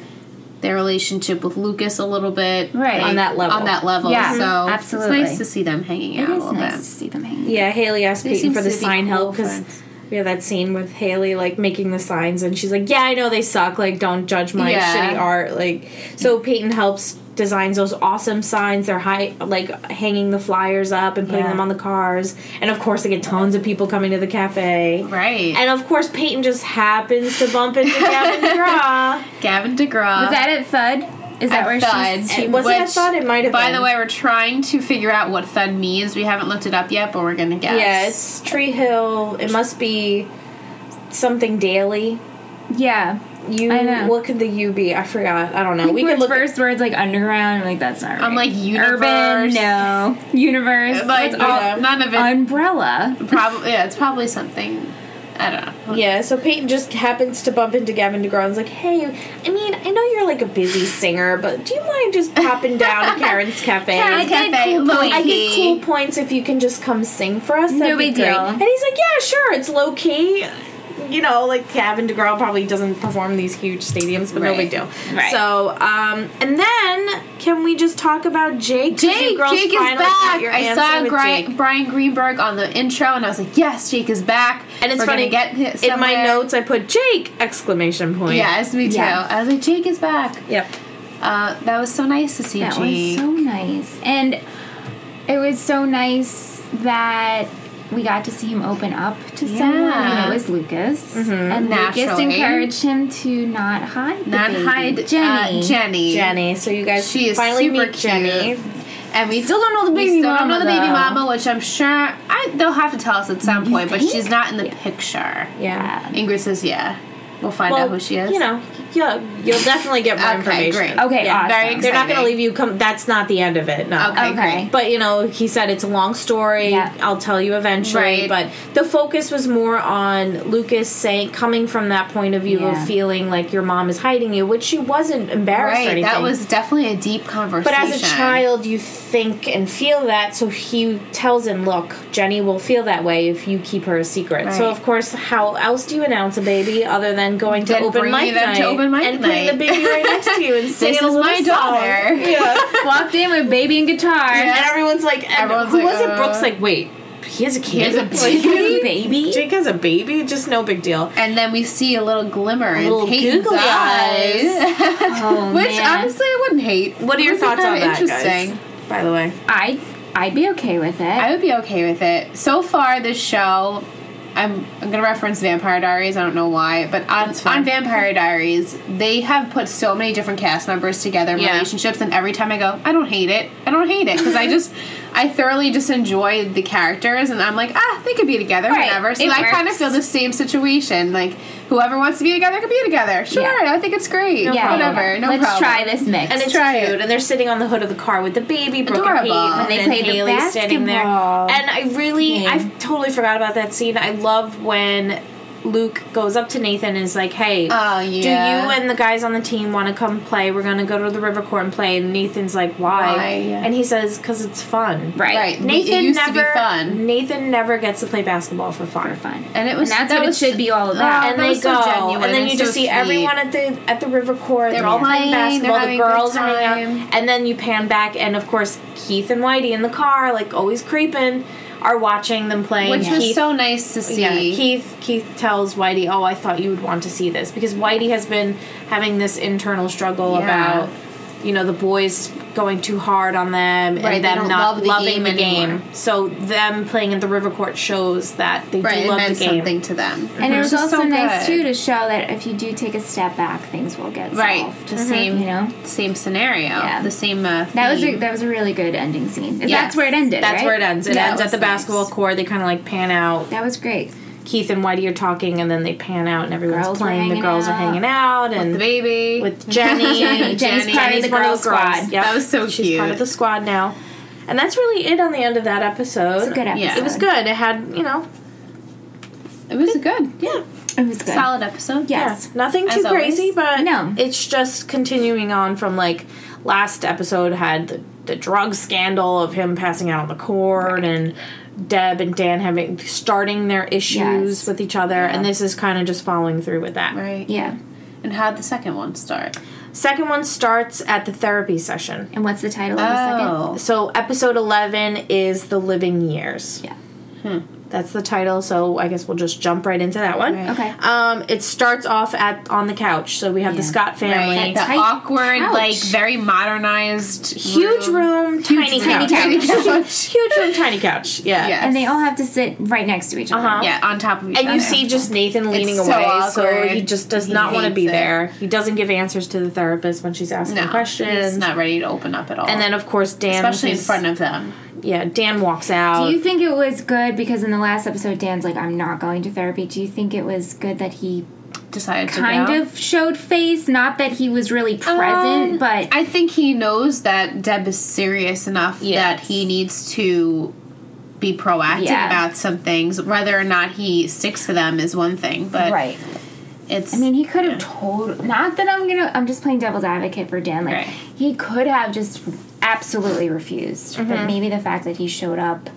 Speaker 2: their relationship with Lucas a little bit
Speaker 3: Right.
Speaker 1: On that level. Mm-hmm.
Speaker 2: on that level
Speaker 3: Yeah,
Speaker 2: so
Speaker 3: absolutely.
Speaker 2: it's nice to see them hanging out
Speaker 3: it
Speaker 2: a
Speaker 3: is
Speaker 2: little
Speaker 3: nice to
Speaker 2: bit
Speaker 3: see them hanging.
Speaker 1: yeah, Haley asked Peyton
Speaker 2: seem
Speaker 1: for the
Speaker 2: to be
Speaker 1: sign
Speaker 2: cool
Speaker 1: help because
Speaker 2: friends.
Speaker 1: we have that scene with Haley like making the signs, and she's like, "Yeah, I know they suck. Like, don't judge my
Speaker 2: Yeah.
Speaker 1: shitty art." Like, so Peyton helps designs those awesome signs. They're high, like hanging the flyers up and putting
Speaker 3: Yeah.
Speaker 1: them on the cars, and of course, they get tons of people coming to the cafe.
Speaker 2: right
Speaker 1: And of course, Peyton just happens to bump into Gavin Graw.
Speaker 2: Gavin DeGraw
Speaker 3: Was that at FUD? Is that
Speaker 2: At
Speaker 3: where
Speaker 2: Thud.
Speaker 3: she's? She,
Speaker 1: Was it? I
Speaker 2: Which,
Speaker 1: thought it might have
Speaker 2: By
Speaker 1: been.
Speaker 2: the way, we're trying to figure out what thud means. We haven't looked it up yet, but we're gonna guess.
Speaker 1: Yeah, it's Tree Hill. It must be something daily.
Speaker 3: yeah.
Speaker 1: You,
Speaker 3: I know.
Speaker 1: what could the U be? I forgot. I don't know. we
Speaker 3: We
Speaker 1: could
Speaker 3: could
Speaker 1: look.
Speaker 3: first words like underground. I'm like that's not right.
Speaker 2: I'm like,
Speaker 3: urban.
Speaker 2: universe.
Speaker 3: No universe.
Speaker 2: like
Speaker 3: that's
Speaker 2: you know, none of it.
Speaker 3: umbrella.
Speaker 2: probably yeah, it's probably something. I don't know.
Speaker 1: Yeah, so Peyton just happens to bump into Gavin DeGraw and is like, hey, I mean, I know you're like a busy singer, but do you mind just popping down to Karen's Cafe?
Speaker 2: Karen's
Speaker 3: I get
Speaker 2: Cafe,
Speaker 3: cool
Speaker 2: low
Speaker 3: points.
Speaker 1: I get
Speaker 2: key.
Speaker 1: cool points if you can just come sing for us. That'd
Speaker 3: No
Speaker 1: be
Speaker 3: big
Speaker 1: great.
Speaker 3: deal.
Speaker 1: And he's like, yeah, sure, it's low key. You know, like Gavin DeGraw probably doesn't perform these huge stadiums, but no
Speaker 2: Right.
Speaker 1: big deal.
Speaker 3: Right.
Speaker 1: So, um, and then can we just talk about Jake? 'Cause you
Speaker 2: Jake,
Speaker 1: girls
Speaker 2: Jake is
Speaker 1: finally got
Speaker 2: back.
Speaker 1: your
Speaker 2: I
Speaker 1: answer
Speaker 2: saw
Speaker 1: with
Speaker 2: Gri-
Speaker 1: Jake.
Speaker 2: Brian Greenberg on the intro, and I was like, "Yes, Jake is back."
Speaker 1: And it's
Speaker 2: We're
Speaker 1: funny.
Speaker 2: Gonna get
Speaker 1: in my
Speaker 2: somewhere.
Speaker 1: notes, I put Jake exclamation point.
Speaker 2: Yes, me too.
Speaker 3: Yeah.
Speaker 2: I was like, "Jake is back."
Speaker 1: Yep.
Speaker 2: Uh, that was so nice to see
Speaker 3: That was
Speaker 2: Jake.
Speaker 3: so nice, and it was so nice that we got to see him open up to someone.
Speaker 2: Yeah.
Speaker 3: You know, it was Lucas, and Lucas
Speaker 2: Naturally.
Speaker 3: encouraged him to not hide, the
Speaker 2: Not
Speaker 3: baby.
Speaker 2: hide
Speaker 3: Jenny.
Speaker 2: Uh, Jenny.
Speaker 1: Jenny. So you guys
Speaker 2: She is
Speaker 1: finally
Speaker 2: super
Speaker 1: meet
Speaker 2: cute.
Speaker 1: Jenny.
Speaker 2: And we
Speaker 3: Still don't know the
Speaker 2: we
Speaker 3: baby
Speaker 2: still don't know
Speaker 3: mama,
Speaker 2: the baby
Speaker 3: though.
Speaker 2: mama, which I'm sure I, they'll have to tell us at some point. But
Speaker 3: think?
Speaker 2: she's not in the picture.
Speaker 1: Yeah.
Speaker 2: Ingrid says, "Yeah, we'll find
Speaker 1: Well,
Speaker 2: out who she is."
Speaker 1: You know, yeah, you'll definitely get more
Speaker 2: Okay,
Speaker 1: information.
Speaker 2: great.
Speaker 3: Okay,
Speaker 1: Yeah,
Speaker 3: awesome.
Speaker 2: very
Speaker 1: They're not going to
Speaker 2: Exciting.
Speaker 1: leave you. Come. That's not the end of it. No.
Speaker 2: Okay,
Speaker 3: Okay.
Speaker 2: great.
Speaker 1: But you know, he said it's a long story.
Speaker 3: Yeah.
Speaker 1: I'll tell you eventually.
Speaker 2: Right.
Speaker 1: But the focus was more on Lucas saying, coming from that point of view
Speaker 3: Yeah.
Speaker 1: of feeling like your mom is hiding you, which she wasn't embarrassed or
Speaker 2: Right,
Speaker 1: anything.
Speaker 2: that was definitely a deep conversation.
Speaker 1: But as a child, you think and feel that, so he tells him, "Look, Jenny will feel that way if you keep her a secret." So
Speaker 2: Right.
Speaker 1: of course, how else do you announce a baby other than going to
Speaker 2: Then
Speaker 1: open
Speaker 2: bringing
Speaker 1: mic
Speaker 2: them
Speaker 1: night
Speaker 2: to open mic
Speaker 1: and
Speaker 2: night.
Speaker 1: putting the baby right next to you and
Speaker 2: this
Speaker 1: singing
Speaker 2: is
Speaker 1: a little
Speaker 2: my
Speaker 1: song?
Speaker 2: daughter.
Speaker 3: walked in with baby and guitar.
Speaker 1: And everyone's like, and
Speaker 2: Everyone's
Speaker 1: who
Speaker 2: like,
Speaker 1: was it?
Speaker 2: uh,
Speaker 1: Brooks like, wait, he has a kid.
Speaker 2: has a
Speaker 1: Like,
Speaker 3: Baby, baby.
Speaker 1: Jake has a baby. Just no big deal.
Speaker 2: And then we see a little glimmer in
Speaker 1: little
Speaker 2: Peyton's
Speaker 1: googly
Speaker 2: eyes,
Speaker 3: Oh,
Speaker 2: which
Speaker 3: man.
Speaker 2: honestly I wouldn't hate.
Speaker 1: What are your
Speaker 2: It would be
Speaker 1: thoughts on
Speaker 2: kinda
Speaker 1: that,
Speaker 2: Interesting.
Speaker 1: guys? By the way,
Speaker 3: I I'd be okay with it.
Speaker 2: I would be okay with it. So far, this show, I'm, I'm gonna reference Vampire Diaries. I don't know why, but on, on Vampire Diaries, they have put so many different cast members together in
Speaker 1: Yeah.
Speaker 2: relationships, and every time I go, I don't hate it. I don't hate it because I just, I thoroughly just enjoy the characters, and I'm like, ah, they could be together
Speaker 3: Right.
Speaker 2: whenever. So
Speaker 3: It
Speaker 2: I kind of
Speaker 3: works.
Speaker 2: feel the same situation. Like whoever wants to be together could be together. Sure,
Speaker 3: Yeah.
Speaker 2: I think it's great.
Speaker 3: yeah,
Speaker 2: whatever. No
Speaker 3: Let's
Speaker 2: problem.
Speaker 3: try this mix.
Speaker 1: and it's
Speaker 2: try it.
Speaker 1: cute. And they're sitting on the hood of the car with the baby, Brooke
Speaker 2: Adorable.
Speaker 1: and
Speaker 2: And
Speaker 3: they
Speaker 1: Peyton,
Speaker 3: play
Speaker 1: and
Speaker 3: the
Speaker 1: Haley sitting there.
Speaker 3: basketball
Speaker 1: And I really,
Speaker 3: game.
Speaker 1: I totally forgot about that scene. I love when Luke goes up to Nathan and is like, "Hey,
Speaker 2: Oh,
Speaker 1: do
Speaker 2: yeah.
Speaker 1: you and the guys on the team want to come play? We're gonna go to the river court and play." And Nathan's like, "Why?"
Speaker 2: Why?
Speaker 1: And he says, "Cause it's fun."
Speaker 3: right.
Speaker 2: Right.
Speaker 1: Nathan
Speaker 2: it used
Speaker 1: never.
Speaker 2: to be fun.
Speaker 1: Nathan never gets to play basketball for fun.
Speaker 3: For fun.
Speaker 2: And it was
Speaker 3: that's
Speaker 2: that
Speaker 3: what
Speaker 2: was,
Speaker 3: it should be all about.
Speaker 2: Oh,
Speaker 1: and
Speaker 2: that
Speaker 1: they
Speaker 2: was so
Speaker 1: go,
Speaker 2: genuine
Speaker 1: and then
Speaker 2: and
Speaker 1: you
Speaker 2: so
Speaker 1: just see
Speaker 2: sweet.
Speaker 1: everyone at the at the river court. They're, all playing,
Speaker 2: playing,
Speaker 1: basketball.
Speaker 2: they're
Speaker 1: The
Speaker 2: having a good
Speaker 1: girls are hanging
Speaker 2: time.
Speaker 1: out, and then you pan back, and of course Keith and Whitey in the car, like always creeping, are watching them playing.
Speaker 2: which
Speaker 1: Keith-
Speaker 2: was so nice to see.
Speaker 1: yeah, Keith. Keith tells Whitey, "Oh, I thought you would want to see this because Whitey has been having this internal struggle
Speaker 2: Yeah.
Speaker 1: about, you know, the boys going too hard on them
Speaker 2: Right,
Speaker 1: and
Speaker 2: they
Speaker 1: them
Speaker 2: don't
Speaker 1: not
Speaker 2: love the
Speaker 1: loving
Speaker 2: game
Speaker 1: the game.
Speaker 2: anymore.
Speaker 1: So them playing at the River Court shows that they
Speaker 2: right,
Speaker 1: do
Speaker 2: it
Speaker 1: love
Speaker 2: meant
Speaker 1: the game.
Speaker 2: something to them.
Speaker 3: And it was
Speaker 2: just
Speaker 3: also
Speaker 2: so
Speaker 3: nice
Speaker 2: good.
Speaker 3: too to show that if you do take a step back, things will get
Speaker 2: Right.
Speaker 3: solved.
Speaker 2: The same-
Speaker 3: you know.
Speaker 2: Same scenario,
Speaker 3: Yeah.
Speaker 2: the same. Uh,
Speaker 3: That was a,
Speaker 2: theme.
Speaker 3: that was a really good ending scene.
Speaker 2: Yes.
Speaker 3: That's where it ended.
Speaker 1: That's
Speaker 3: right?
Speaker 1: where it ends. It
Speaker 3: That
Speaker 1: ends at
Speaker 3: was
Speaker 1: the basketball
Speaker 3: nice.
Speaker 1: court. They kind of like pan out.
Speaker 3: That was great.
Speaker 1: Keith and Whitey are talking, and then they pan out, and everyone's
Speaker 3: Girls are
Speaker 1: playing. The
Speaker 3: hanging
Speaker 1: girls are
Speaker 3: out.
Speaker 1: hanging out, and
Speaker 2: the baby.
Speaker 1: with Jenny.
Speaker 3: Jenny. Jenny's part of the
Speaker 1: one
Speaker 3: girls'
Speaker 1: girls.
Speaker 3: squad.
Speaker 1: Yep.
Speaker 2: That was so
Speaker 1: She's
Speaker 2: cute.
Speaker 1: part of the squad now, and that's really it on the end of that episode.
Speaker 3: It was a good episode.
Speaker 2: Yeah.
Speaker 1: It was good. It had you know,
Speaker 2: it was a good,
Speaker 1: yeah,
Speaker 3: It was good.
Speaker 2: solid episode.
Speaker 3: Yeah.
Speaker 1: yeah,
Speaker 3: Yes.
Speaker 1: nothing
Speaker 2: As
Speaker 1: too crazy,
Speaker 2: always.
Speaker 1: but
Speaker 3: No.
Speaker 1: it's just continuing on from like last episode had the, the drug scandal of him passing out on the court and. Deb and Dan having starting their issues
Speaker 3: Yes.
Speaker 1: with each other, and this is kind of just following through with that.
Speaker 2: Right.
Speaker 3: Yeah.
Speaker 2: And how'd the second one start?
Speaker 1: Second one starts at the therapy session.
Speaker 3: And what's the title of the
Speaker 2: Oh.
Speaker 3: second?
Speaker 1: So episode 11 is the living years. Hmm.
Speaker 3: Yeah.
Speaker 1: That's the title, so I guess we'll just jump right into that one.
Speaker 2: Right.
Speaker 3: Okay.
Speaker 1: Um, it starts off at on the couch, so we have the
Speaker 3: Yeah.
Speaker 1: Scott family.
Speaker 2: Right. The
Speaker 3: That tight
Speaker 2: awkward,
Speaker 3: couch.
Speaker 2: like very modernized,
Speaker 1: Huge room, tiny,
Speaker 3: tiny
Speaker 1: couch.
Speaker 3: couch.
Speaker 1: Huge room, tiny couch. Yeah.
Speaker 2: Yeah.
Speaker 3: and they all have to sit right next to each other.
Speaker 1: Uh-huh.
Speaker 2: Yeah, on top of each
Speaker 1: And you
Speaker 2: other.
Speaker 1: see just Nathan leaning
Speaker 2: so
Speaker 1: away, so
Speaker 2: awkward.
Speaker 1: he just does
Speaker 2: He
Speaker 1: not want to
Speaker 2: hates
Speaker 1: be
Speaker 2: it.
Speaker 1: there. He doesn't give answers to the therapist when she's asking
Speaker 2: no,
Speaker 1: questions.
Speaker 2: He's not ready to open up at all.
Speaker 1: And then of course Dan,
Speaker 2: especially in
Speaker 1: he's-
Speaker 2: front of them.
Speaker 1: yeah, Dan walks out.
Speaker 3: Do you think it was good because in the last episode Dan's like I'm not going to therapy. Do you think it was good that he
Speaker 2: Decided to
Speaker 3: kind
Speaker 2: go.
Speaker 3: of showed face, not that he was really present,
Speaker 2: Um,
Speaker 3: but
Speaker 2: I think he knows that Deb is serious enough
Speaker 1: Yes.
Speaker 2: that he needs to be proactive
Speaker 3: Yeah.
Speaker 2: about some things. Whether or not he sticks to them is one thing, but
Speaker 3: right.
Speaker 2: it's
Speaker 3: I mean, he could have told. Not that I'm gonna. I'm just playing devil's advocate for Dan. Like
Speaker 2: Right.
Speaker 3: he could have just absolutely refused, but maybe the fact that he showed up,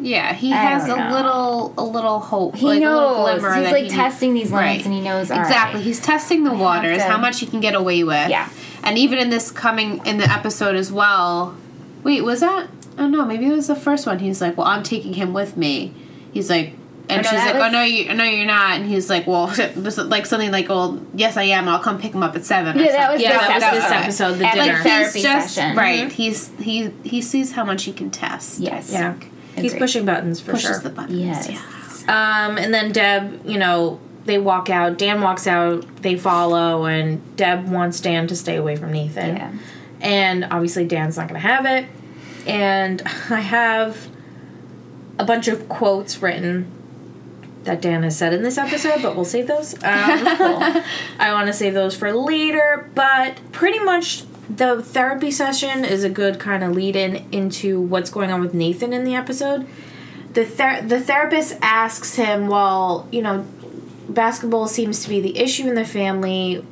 Speaker 2: yeah, he
Speaker 3: I
Speaker 2: has a
Speaker 3: don't know.
Speaker 2: little a little hope.
Speaker 3: he
Speaker 2: like, a little
Speaker 3: knows
Speaker 2: glimmer
Speaker 3: he's
Speaker 2: that
Speaker 3: like
Speaker 2: he-
Speaker 3: testing these limits,
Speaker 2: Right.
Speaker 3: and he knows all right.
Speaker 2: Exactly. He's testing the waters,
Speaker 3: to-
Speaker 2: how much he can get away with.
Speaker 3: Yeah.
Speaker 2: And even in this coming in the episode as well. Wait, was that? Oh no, maybe it was the first one. He's like, "Well, I'm taking him with me." He's like, and she's
Speaker 3: Oh, no, that
Speaker 2: like, "Oh
Speaker 3: was-
Speaker 2: no, you no, you're not." And he's like, "Well, this is like something like, well, yes, I am. I'll come pick him up at 7 or
Speaker 3: Yeah, that was
Speaker 2: something.
Speaker 1: yeah,
Speaker 3: this
Speaker 1: that was
Speaker 3: episode.
Speaker 1: this episode, Mm-hmm. the
Speaker 3: At, like,
Speaker 1: dinner.
Speaker 3: fair-
Speaker 2: He's
Speaker 3: Therapy
Speaker 2: just
Speaker 3: session.
Speaker 2: right. He's he he sees how much he can test.
Speaker 3: Yes.
Speaker 1: yeah, he's
Speaker 3: Agreed.
Speaker 1: pushing buttons for
Speaker 2: pushes
Speaker 1: sure.
Speaker 2: the buttons.
Speaker 3: Yes.
Speaker 2: Yeah.
Speaker 1: Um, and then Deb, you know, they walk out. Dan walks out. They follow, and Deb wants Dan to stay away from Nathan.
Speaker 3: Yeah.
Speaker 1: And obviously, Dan's not going to have it. And I have a bunch of quotes written that Dan has said in this episode, but we'll save those. Um, I want to save those for later. But pretty much, the therapy session is a good kind of lead in into what's going on with Nathan in the episode the ther- the therapist asks him, well, you know, basketball seems to be the issue in the family.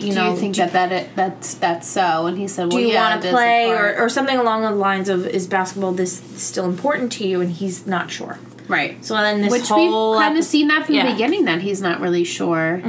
Speaker 1: You
Speaker 2: Do
Speaker 1: know,
Speaker 2: you think that that it, that's that's so? And he said, "Well,
Speaker 1: do you
Speaker 2: yeah,
Speaker 1: want
Speaker 2: it
Speaker 1: to
Speaker 2: is a
Speaker 1: play
Speaker 2: part.
Speaker 1: or, or something along the lines of is basketball this still important to you? And he's not sure.
Speaker 2: right?"
Speaker 1: So then this
Speaker 2: which we've
Speaker 1: whole
Speaker 2: kind of
Speaker 1: episode-
Speaker 2: seen that from
Speaker 1: yeah. Mm-hmm.
Speaker 2: the beginning that he's not really sure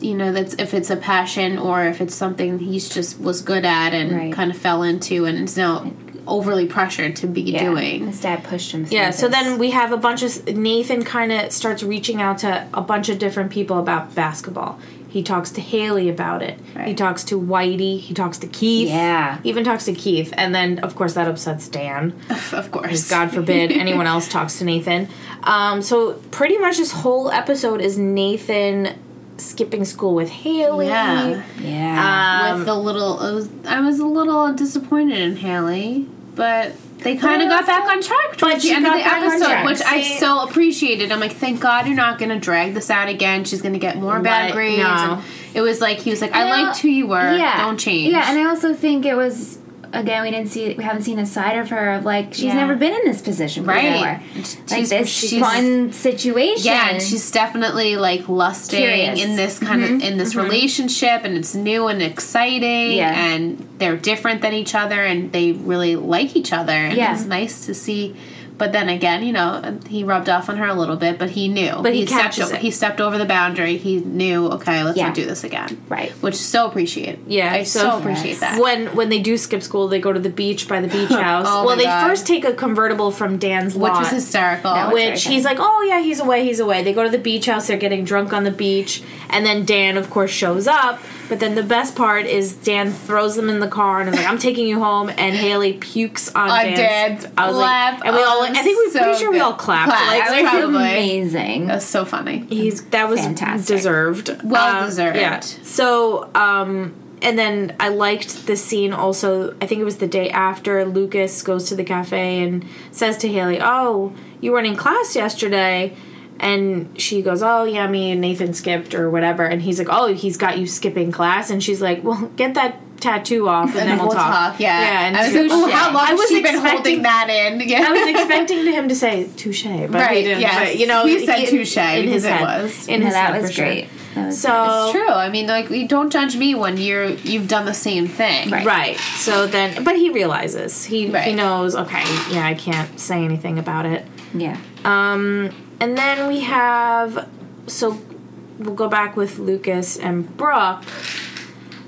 Speaker 2: you know that's if it's a passion or if it's something he's just was good at and
Speaker 3: Right.
Speaker 2: kind of fell into and is now overly pressured to be
Speaker 3: Yeah.
Speaker 2: doing
Speaker 3: His dad pushed him. through
Speaker 1: yeah. So
Speaker 3: this.
Speaker 1: then we have a bunch of Nathan kind of starts reaching out to a bunch of different people about basketball. He talks to Haley about it. He
Speaker 2: Right.
Speaker 1: talks to Whitey. He talks to Keith.
Speaker 3: Yeah.
Speaker 1: He even talks to Keith, and then of course that upsets Dan.
Speaker 2: of course
Speaker 1: God forbid anyone else talks to Nathan. Um, so pretty much this whole episode is Nathan skipping school with Haley. Um,
Speaker 2: yeah
Speaker 3: yeah.
Speaker 2: with the little it was, i was a little disappointed in haley but they kind of got back on track
Speaker 1: But
Speaker 2: towards the
Speaker 1: she
Speaker 2: end of
Speaker 1: got
Speaker 2: the
Speaker 1: back on track.
Speaker 2: episode, which I
Speaker 1: See?
Speaker 2: so appreciated. I'm like, thank God you're not going to drag this out again. She's going to get more bad
Speaker 1: Right,
Speaker 2: grades.
Speaker 1: no.
Speaker 2: And it was like he was like, I
Speaker 3: Well,
Speaker 2: liked who you were.
Speaker 3: yeah.
Speaker 2: uh, Don't change.
Speaker 3: Yeah, and I also think it was again we didn't see we haven't seen a side of her of like she's
Speaker 2: Yeah.
Speaker 3: never been in this position
Speaker 2: Right.
Speaker 3: before. Like
Speaker 2: She's-
Speaker 3: this
Speaker 2: she's-
Speaker 3: fun situation.
Speaker 2: yeah, and she's definitely like lusting
Speaker 3: Curious.
Speaker 2: in this kind of in this relationship, and it's new and exciting,
Speaker 3: Yeah.
Speaker 2: and they're different than each other, and they really like each other, and
Speaker 3: Yeah.
Speaker 2: it's nice to see. But then again, you know, he rubbed off on her a little bit, but he knew.
Speaker 1: But he
Speaker 2: stepped
Speaker 1: catches
Speaker 2: o-
Speaker 1: it.
Speaker 2: he stepped over the boundary. He knew. Okay, let's
Speaker 3: Yeah.
Speaker 2: not do this again.
Speaker 3: Right.
Speaker 2: Which so appreciate.
Speaker 1: Yeah,
Speaker 2: I so,
Speaker 1: so-
Speaker 2: appreciate that.
Speaker 1: When when they do skip school, they go to the beach by the beach house.
Speaker 2: Oh
Speaker 1: well,
Speaker 2: my
Speaker 1: they
Speaker 2: God.
Speaker 1: first take a convertible from Dan's
Speaker 2: Which
Speaker 1: lot,
Speaker 2: was hysterical.
Speaker 3: That was-
Speaker 1: which he's like, "Oh yeah, he's away, he's away." They go to the beach house. They're getting drunk on the beach, and then Dan, of course, shows up. But then the best part is Dan throws them in the car and is like, "I'm taking you home." And Haley pukes on
Speaker 2: On
Speaker 1: Dan's,
Speaker 2: Dan's
Speaker 1: I was
Speaker 2: lap.
Speaker 1: like, and we all, I think we're
Speaker 2: Oh,
Speaker 1: pretty
Speaker 2: so
Speaker 1: sure we all
Speaker 2: good.
Speaker 1: clapped.
Speaker 2: Clap.
Speaker 1: Like,
Speaker 2: I
Speaker 1: we
Speaker 2: was Probably.
Speaker 3: amazing.
Speaker 2: That's so funny.
Speaker 1: He's that was
Speaker 3: Fantastic.
Speaker 1: deserved.
Speaker 2: Um, Well
Speaker 1: Um,
Speaker 2: deserved.
Speaker 1: Yeah. So, um, and then I liked the scene also. I think it was the day after Lucas goes to the cafe and says to Haley, "Oh, you weren't in class yesterday." And she goes, "Oh, yeah, me and Nathan skipped or whatever." And he's like, "Oh, he's got you skipping class." And she's like, "Well, get that tattoo off, and, then we'll, talk.
Speaker 2: Yeah.
Speaker 1: yeah. And
Speaker 2: I was
Speaker 1: she-
Speaker 2: like, oh, how long
Speaker 1: I
Speaker 2: has
Speaker 1: was
Speaker 2: she been
Speaker 1: expecting-
Speaker 2: holding that in? Yeah.
Speaker 1: I was expecting to him to say touche, but he
Speaker 2: Right,
Speaker 1: didn't.
Speaker 2: yes.
Speaker 1: but, you know,
Speaker 2: He said touche because it was.
Speaker 1: in
Speaker 3: No,
Speaker 1: his
Speaker 3: that
Speaker 1: head
Speaker 3: was
Speaker 1: for sure.
Speaker 3: great. That was
Speaker 1: So
Speaker 2: It's true. I mean, like, you don't judge me when you're you've done the same thing.
Speaker 3: Right.
Speaker 1: Right. So then, but he realizes he he
Speaker 2: Right.
Speaker 1: knows. Okay, yeah, I can't say anything about it.
Speaker 3: yeah.
Speaker 1: Um, and then we have so we'll go back with Lucas and Brooke.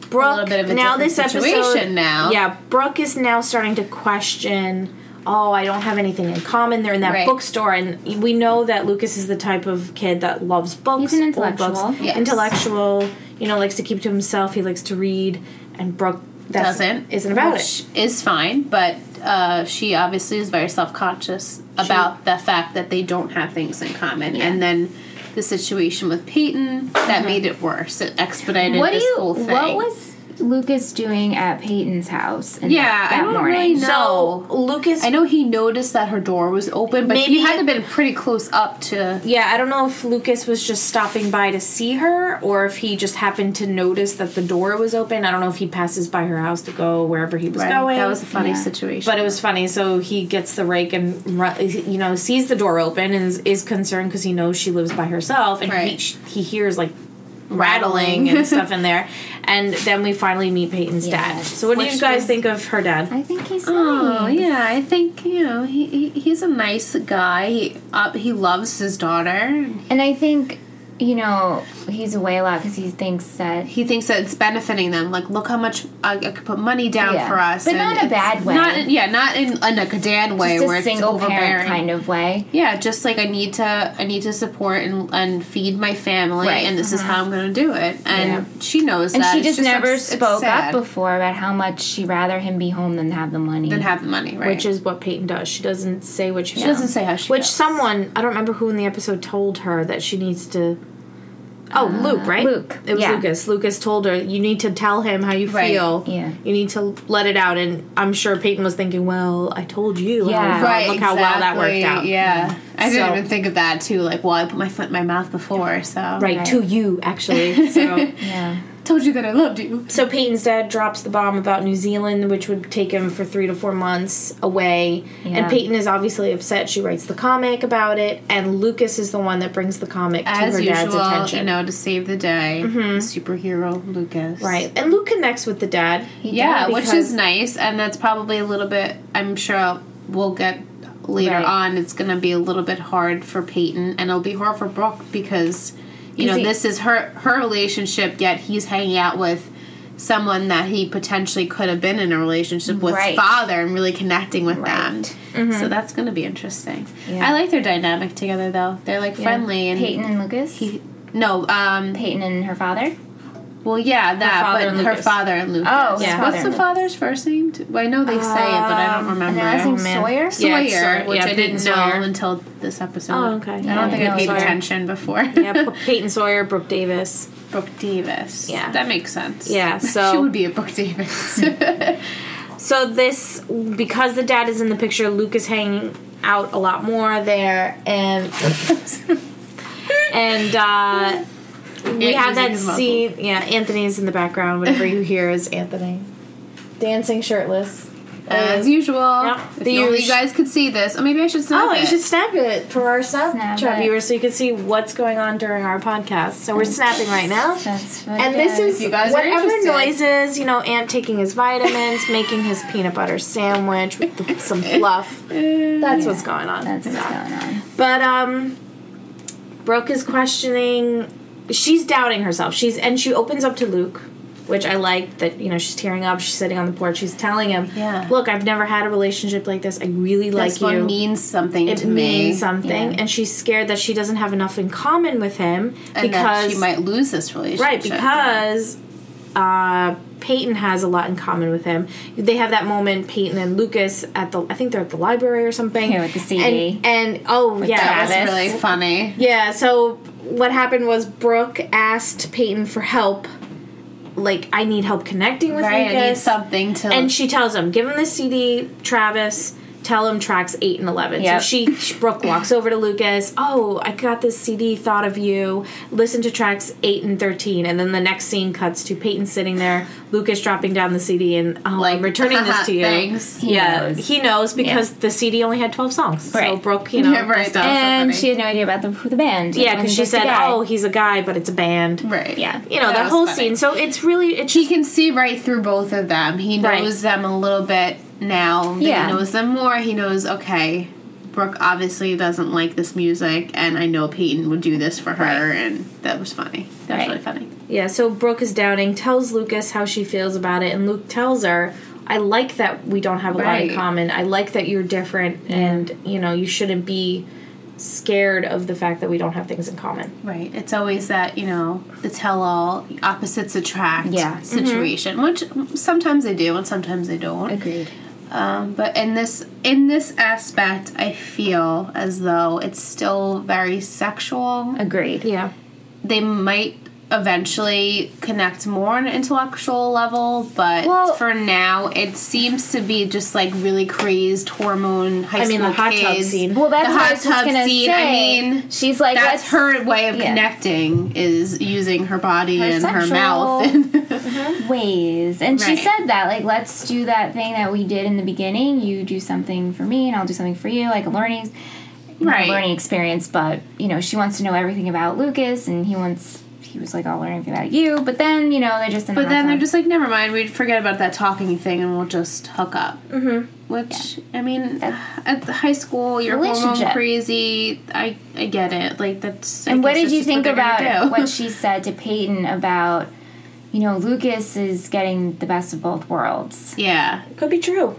Speaker 1: Brooke,
Speaker 2: little bit of a
Speaker 1: now this
Speaker 2: different situation
Speaker 1: episode,
Speaker 2: now.
Speaker 1: yeah, Brooke is now starting to question oh, I don't have anything in common. They're in that
Speaker 2: Right.
Speaker 1: bookstore, and we know that Lucas is the type of kid that loves books.
Speaker 3: He's an
Speaker 1: old
Speaker 3: intellectual.
Speaker 1: books,
Speaker 2: Yes.
Speaker 1: Intellectual, you know, likes to keep to himself. He likes to read, and Brooke that's,
Speaker 2: Doesn't.
Speaker 1: isn't about
Speaker 2: which
Speaker 1: it.
Speaker 2: is fine, but uh, she obviously is very self conscious about the fact that they don't have things in common, and then the situation with Peyton that made it worse. It expedited
Speaker 3: What do
Speaker 2: this
Speaker 3: you?
Speaker 2: whole thing.
Speaker 3: What was Lucas doing at Peyton's house? In
Speaker 2: Yeah,
Speaker 3: that,
Speaker 2: I
Speaker 3: that
Speaker 2: don't
Speaker 3: morning?
Speaker 2: really know.
Speaker 1: So Lucas,
Speaker 2: I know he noticed that her door was open, but
Speaker 1: Maybe-
Speaker 2: he had to been pretty close up to.
Speaker 1: yeah, I don't know if Lucas was just stopping by to see her, or if he just happened to notice that the door was open. I don't know if he passes by her house to go wherever he was going.
Speaker 2: That was a funny
Speaker 3: Yeah.
Speaker 2: situation.
Speaker 1: But it was funny. So he gets the rake and ru- you know sees the door open and is, is concerned because he knows she lives by herself and
Speaker 2: Right.
Speaker 1: he, sh- he hears like rattling and stuff in there. And then we finally meet Peyton's dad.
Speaker 3: Yes.
Speaker 1: So what do
Speaker 3: Which
Speaker 1: you guys
Speaker 3: was-
Speaker 1: think of her dad?
Speaker 3: I think he's.
Speaker 2: Oh
Speaker 3: nice.
Speaker 2: yeah, I think you know he, he he's a nice guy. He uh, he loves his daughter.
Speaker 3: And I think, you know, he's away a lot because he thinks that
Speaker 2: He thinks that it's benefiting them. Like, look how much I, I could put money down
Speaker 3: Yeah.
Speaker 2: for us,
Speaker 3: But
Speaker 2: and
Speaker 3: not in a
Speaker 2: it's
Speaker 3: bad way.
Speaker 2: Not in, yeah, not in, in like a dad way
Speaker 3: just
Speaker 2: where
Speaker 3: a single
Speaker 2: it's overbearing.
Speaker 3: parent kind of way.
Speaker 2: Yeah, just like I need to I need to support and, and feed my family,
Speaker 3: Right. Uh-huh.
Speaker 2: and this is how I'm going to do it. And she knows
Speaker 3: And
Speaker 2: that
Speaker 3: she
Speaker 2: It's
Speaker 3: just never
Speaker 2: it's- it's
Speaker 3: spoke up
Speaker 2: sad.
Speaker 3: before about how much she'd rather him be home than have the money.
Speaker 2: and have the money, right?
Speaker 1: Which is what Peyton does. She doesn't say what she,
Speaker 2: she
Speaker 1: feels.
Speaker 2: doesn't say how she.
Speaker 1: Which
Speaker 2: feels.
Speaker 1: someone I don't remember who in the episode told her that she needs to. Oh,
Speaker 2: Uh,
Speaker 1: Luke, right?
Speaker 3: Luke,
Speaker 1: It was
Speaker 3: yeah.
Speaker 1: Lucas. Lucas told her you need to tell him how you
Speaker 2: Right,
Speaker 1: feel.
Speaker 3: yeah.
Speaker 1: You need to let it out, and I'm sure Peyton was thinking, "Well, I told you. how I
Speaker 3: Yeah.
Speaker 1: felt.
Speaker 2: Right.
Speaker 1: Look how well that
Speaker 2: exactly,
Speaker 1: worked out.
Speaker 2: Yeah. I
Speaker 1: So-
Speaker 2: didn't even think of that too. Like, well, I put my foot in my mouth before, so
Speaker 1: Right, to you actually. So,
Speaker 3: yeah.
Speaker 2: Told you that I loved you.
Speaker 1: so Peyton's dad drops the bomb about New Zealand, which would take him for three to four months away.
Speaker 3: Yeah.
Speaker 1: And Peyton is obviously upset. She writes the comic about it, and Lucas is the one that brings the comic
Speaker 2: As
Speaker 1: to her dad's
Speaker 2: usual,
Speaker 1: attention. Mm-hmm.
Speaker 2: you know, to save the day, superhero Lucas.
Speaker 1: Right, and Luke connects with the dad.
Speaker 2: Yeah,
Speaker 1: did
Speaker 2: which
Speaker 1: because-
Speaker 2: is nice, and that's probably a little bit. I'm sure we'll get later
Speaker 3: Right.
Speaker 2: on. It's gonna be a little bit hard for Peyton, and it'll be hard for Brooke because you know
Speaker 3: 'Cause he-
Speaker 2: this is her her relationship. Yet he's hanging out with someone that he potentially could have been in a relationship with
Speaker 3: Right.
Speaker 2: father and really connecting with them.
Speaker 3: Right. Mm-hmm.
Speaker 2: So that's gonna be interesting.
Speaker 3: Yeah.
Speaker 2: I like their dynamic together though. They're like friendly and
Speaker 3: Peyton and Lucas.
Speaker 2: he- no, um,
Speaker 3: Peyton and her father.
Speaker 2: well, yeah, that,
Speaker 1: father
Speaker 2: but
Speaker 1: and
Speaker 2: her
Speaker 1: Lucas.
Speaker 2: father and Lucas.
Speaker 3: Oh, his
Speaker 1: Yeah.
Speaker 3: father
Speaker 2: What's
Speaker 3: and
Speaker 2: the
Speaker 3: Lucas.
Speaker 2: father's first name? T- Well, I know they say it, but I
Speaker 1: Um,
Speaker 2: don't remember.
Speaker 3: And I think
Speaker 1: man.
Speaker 3: Sawyer.
Speaker 1: Yeah.
Speaker 2: Sawyer,
Speaker 1: it's Sawyer.
Speaker 2: which
Speaker 1: Yeah,
Speaker 2: I
Speaker 1: Peyton
Speaker 2: didn't
Speaker 1: Sawyer.
Speaker 2: know until this episode.
Speaker 1: Oh, okay.
Speaker 2: I don't
Speaker 3: Yeah,
Speaker 2: think I
Speaker 3: no,
Speaker 2: paid
Speaker 1: Sawyer.
Speaker 2: attention before.
Speaker 1: yeah, P- Peyton Sawyer, Brooke Davis.
Speaker 2: Brooke Davis.
Speaker 1: Yeah.
Speaker 2: that makes sense.
Speaker 1: Yeah, so-
Speaker 2: she would be a Brooke Davis.
Speaker 1: So this, because the dad is in the picture, Luke is hanging out a lot more there, and and uh, we have
Speaker 2: Anthony's in
Speaker 1: that
Speaker 2: his muzzle.
Speaker 1: scene. Yeah, Anthony's in the background. Whatever you hear is Anthony dancing shirtless.
Speaker 2: As usual.
Speaker 1: Yep.
Speaker 2: If
Speaker 1: Uh, The
Speaker 2: you, only
Speaker 1: usual-
Speaker 2: you guys could see this. Oh, maybe I should snap
Speaker 1: Oh,
Speaker 2: it.
Speaker 1: you should snap it for our
Speaker 3: Snap
Speaker 1: Snapchat
Speaker 3: it.
Speaker 1: viewers so you can see what's going on during our podcast. So we're snapping right now.
Speaker 3: That's what
Speaker 1: And
Speaker 3: it
Speaker 1: this is
Speaker 2: you guys are
Speaker 1: whatever
Speaker 2: interested.
Speaker 1: noises, you know, Ant taking his vitamins, making his peanut butter sandwich with the, some fluff.
Speaker 2: Uh,
Speaker 1: That's what's going on.
Speaker 3: That's what's going on.
Speaker 1: But um Brooke is questioning she's doubting herself. She's and she opens up to Luke, which I like that, you know, she's tearing up, she's sitting on the porch, she's telling him,
Speaker 2: Yeah.
Speaker 1: Look, I've never had a relationship like this. I really like
Speaker 2: This one
Speaker 1: you.
Speaker 2: means something
Speaker 1: it
Speaker 2: to
Speaker 1: means
Speaker 2: me,
Speaker 1: something.
Speaker 3: Yeah.
Speaker 1: And she's scared that she doesn't have enough in common with him
Speaker 2: and that
Speaker 1: because
Speaker 2: she might lose this relationship.
Speaker 1: Right, because uh, Peyton has a lot in common with him. They have that moment, Peyton and Lucas at the I think they're at the library or something.
Speaker 3: Yeah, with the CD.
Speaker 1: And, and oh yeah,
Speaker 2: that
Speaker 1: it
Speaker 2: was
Speaker 1: was-
Speaker 2: really funny.
Speaker 1: yeah. So what happened was Brooke asked Peyton for help. Like I need help connecting with
Speaker 2: Right,
Speaker 1: Lucas.
Speaker 2: I need something to.
Speaker 1: And she tells him, give him the CD, Travis. Tell him tracks eight and eleven.
Speaker 3: Yep.
Speaker 1: So she, she- Brooke walks over to Lucas. Oh, I got this CD. Thought of you. Listen to tracks eight and thirteen. And then the next scene cuts to Peyton sitting there, Lucas dropping down the CD, and oh,
Speaker 2: Like,
Speaker 1: I'm returning this to you.
Speaker 2: thanks.
Speaker 3: He
Speaker 1: yeah,
Speaker 3: knows.
Speaker 1: he knows because the CD only had twelve songs. So
Speaker 3: Right.
Speaker 1: Brooke, you know,
Speaker 2: Yeah, right.
Speaker 1: does-
Speaker 3: And
Speaker 2: funny.
Speaker 3: she had no idea about the, who the band.
Speaker 1: yeah,
Speaker 3: when
Speaker 1: because she
Speaker 3: was the
Speaker 1: said,
Speaker 3: guy.
Speaker 1: oh, he's a guy, but it's a band.
Speaker 2: right.
Speaker 3: yeah.
Speaker 1: You know
Speaker 2: That
Speaker 1: that,
Speaker 2: was
Speaker 1: whole
Speaker 2: funny.
Speaker 1: scene. So it's really it's
Speaker 2: he can see right through both of them. He
Speaker 1: Right.
Speaker 2: knows them a little bit now. that
Speaker 3: Yeah.
Speaker 2: He knows them more. He knows, okay, Brooke obviously doesn't like this music, and I know Peyton would do this for her,
Speaker 3: Right.
Speaker 2: and that was funny. That was
Speaker 3: Right.
Speaker 2: really funny.
Speaker 1: Yeah, so Brooke is doubting, tells Lucas how she feels about it, and Luke tells her, I like that we don't have a lot
Speaker 2: Right.
Speaker 1: in common. I like that you're different, and you know you shouldn't be scared of the fact that we don't have things in common.
Speaker 2: Right. It's always that, you know, the tell all opposites attract
Speaker 3: Yeah. Mm-hmm.
Speaker 2: situation, which sometimes they do and sometimes they don't.
Speaker 3: Agreed.
Speaker 2: Um, but in this in this aspect, I feel as though it's still very sexual.
Speaker 3: Agreed.
Speaker 1: Yeah,
Speaker 2: They might eventually connect more on an intellectual level, but
Speaker 3: Well-
Speaker 2: for now, it seems to be just like really crazed hormone high
Speaker 1: I mean, the
Speaker 2: school
Speaker 1: hot tub
Speaker 2: kids.
Speaker 1: scene.
Speaker 3: Well, that's
Speaker 2: The
Speaker 3: what
Speaker 2: hot
Speaker 3: I was just
Speaker 2: tub
Speaker 3: gonna
Speaker 2: scene, I
Speaker 3: say.
Speaker 2: mean,
Speaker 3: she's like
Speaker 2: That's
Speaker 3: let's-
Speaker 2: her way of
Speaker 3: yeah.
Speaker 2: connecting is using her body and her
Speaker 3: sexual-
Speaker 2: mouth.
Speaker 3: ways. And she
Speaker 2: Right.
Speaker 3: said that, like, let's do that thing that we did in the beginning. You do something for me, and I'll do something for you, like a learning, not a
Speaker 2: Right.
Speaker 3: learning experience. But you know, she wants to know everything about Lucas, and he wants. He was like, "I'll learn everything about you," but then you know they just.
Speaker 2: But then they're just like, never mind, we'd forget about that talking thing and we'll just hook up. Mm-hmm. Which, I mean, at the high school, you're hormone
Speaker 3: Relationship.
Speaker 2: crazy. I, I get it. Like, that's. I
Speaker 3: And what
Speaker 2: guess
Speaker 3: did
Speaker 2: that's
Speaker 3: you
Speaker 2: just what
Speaker 3: think
Speaker 2: they're gonna
Speaker 3: about
Speaker 2: do.
Speaker 3: what she said to Peyton about, you know, Lucas is getting the best of both worlds?
Speaker 2: yeah.
Speaker 1: could be true.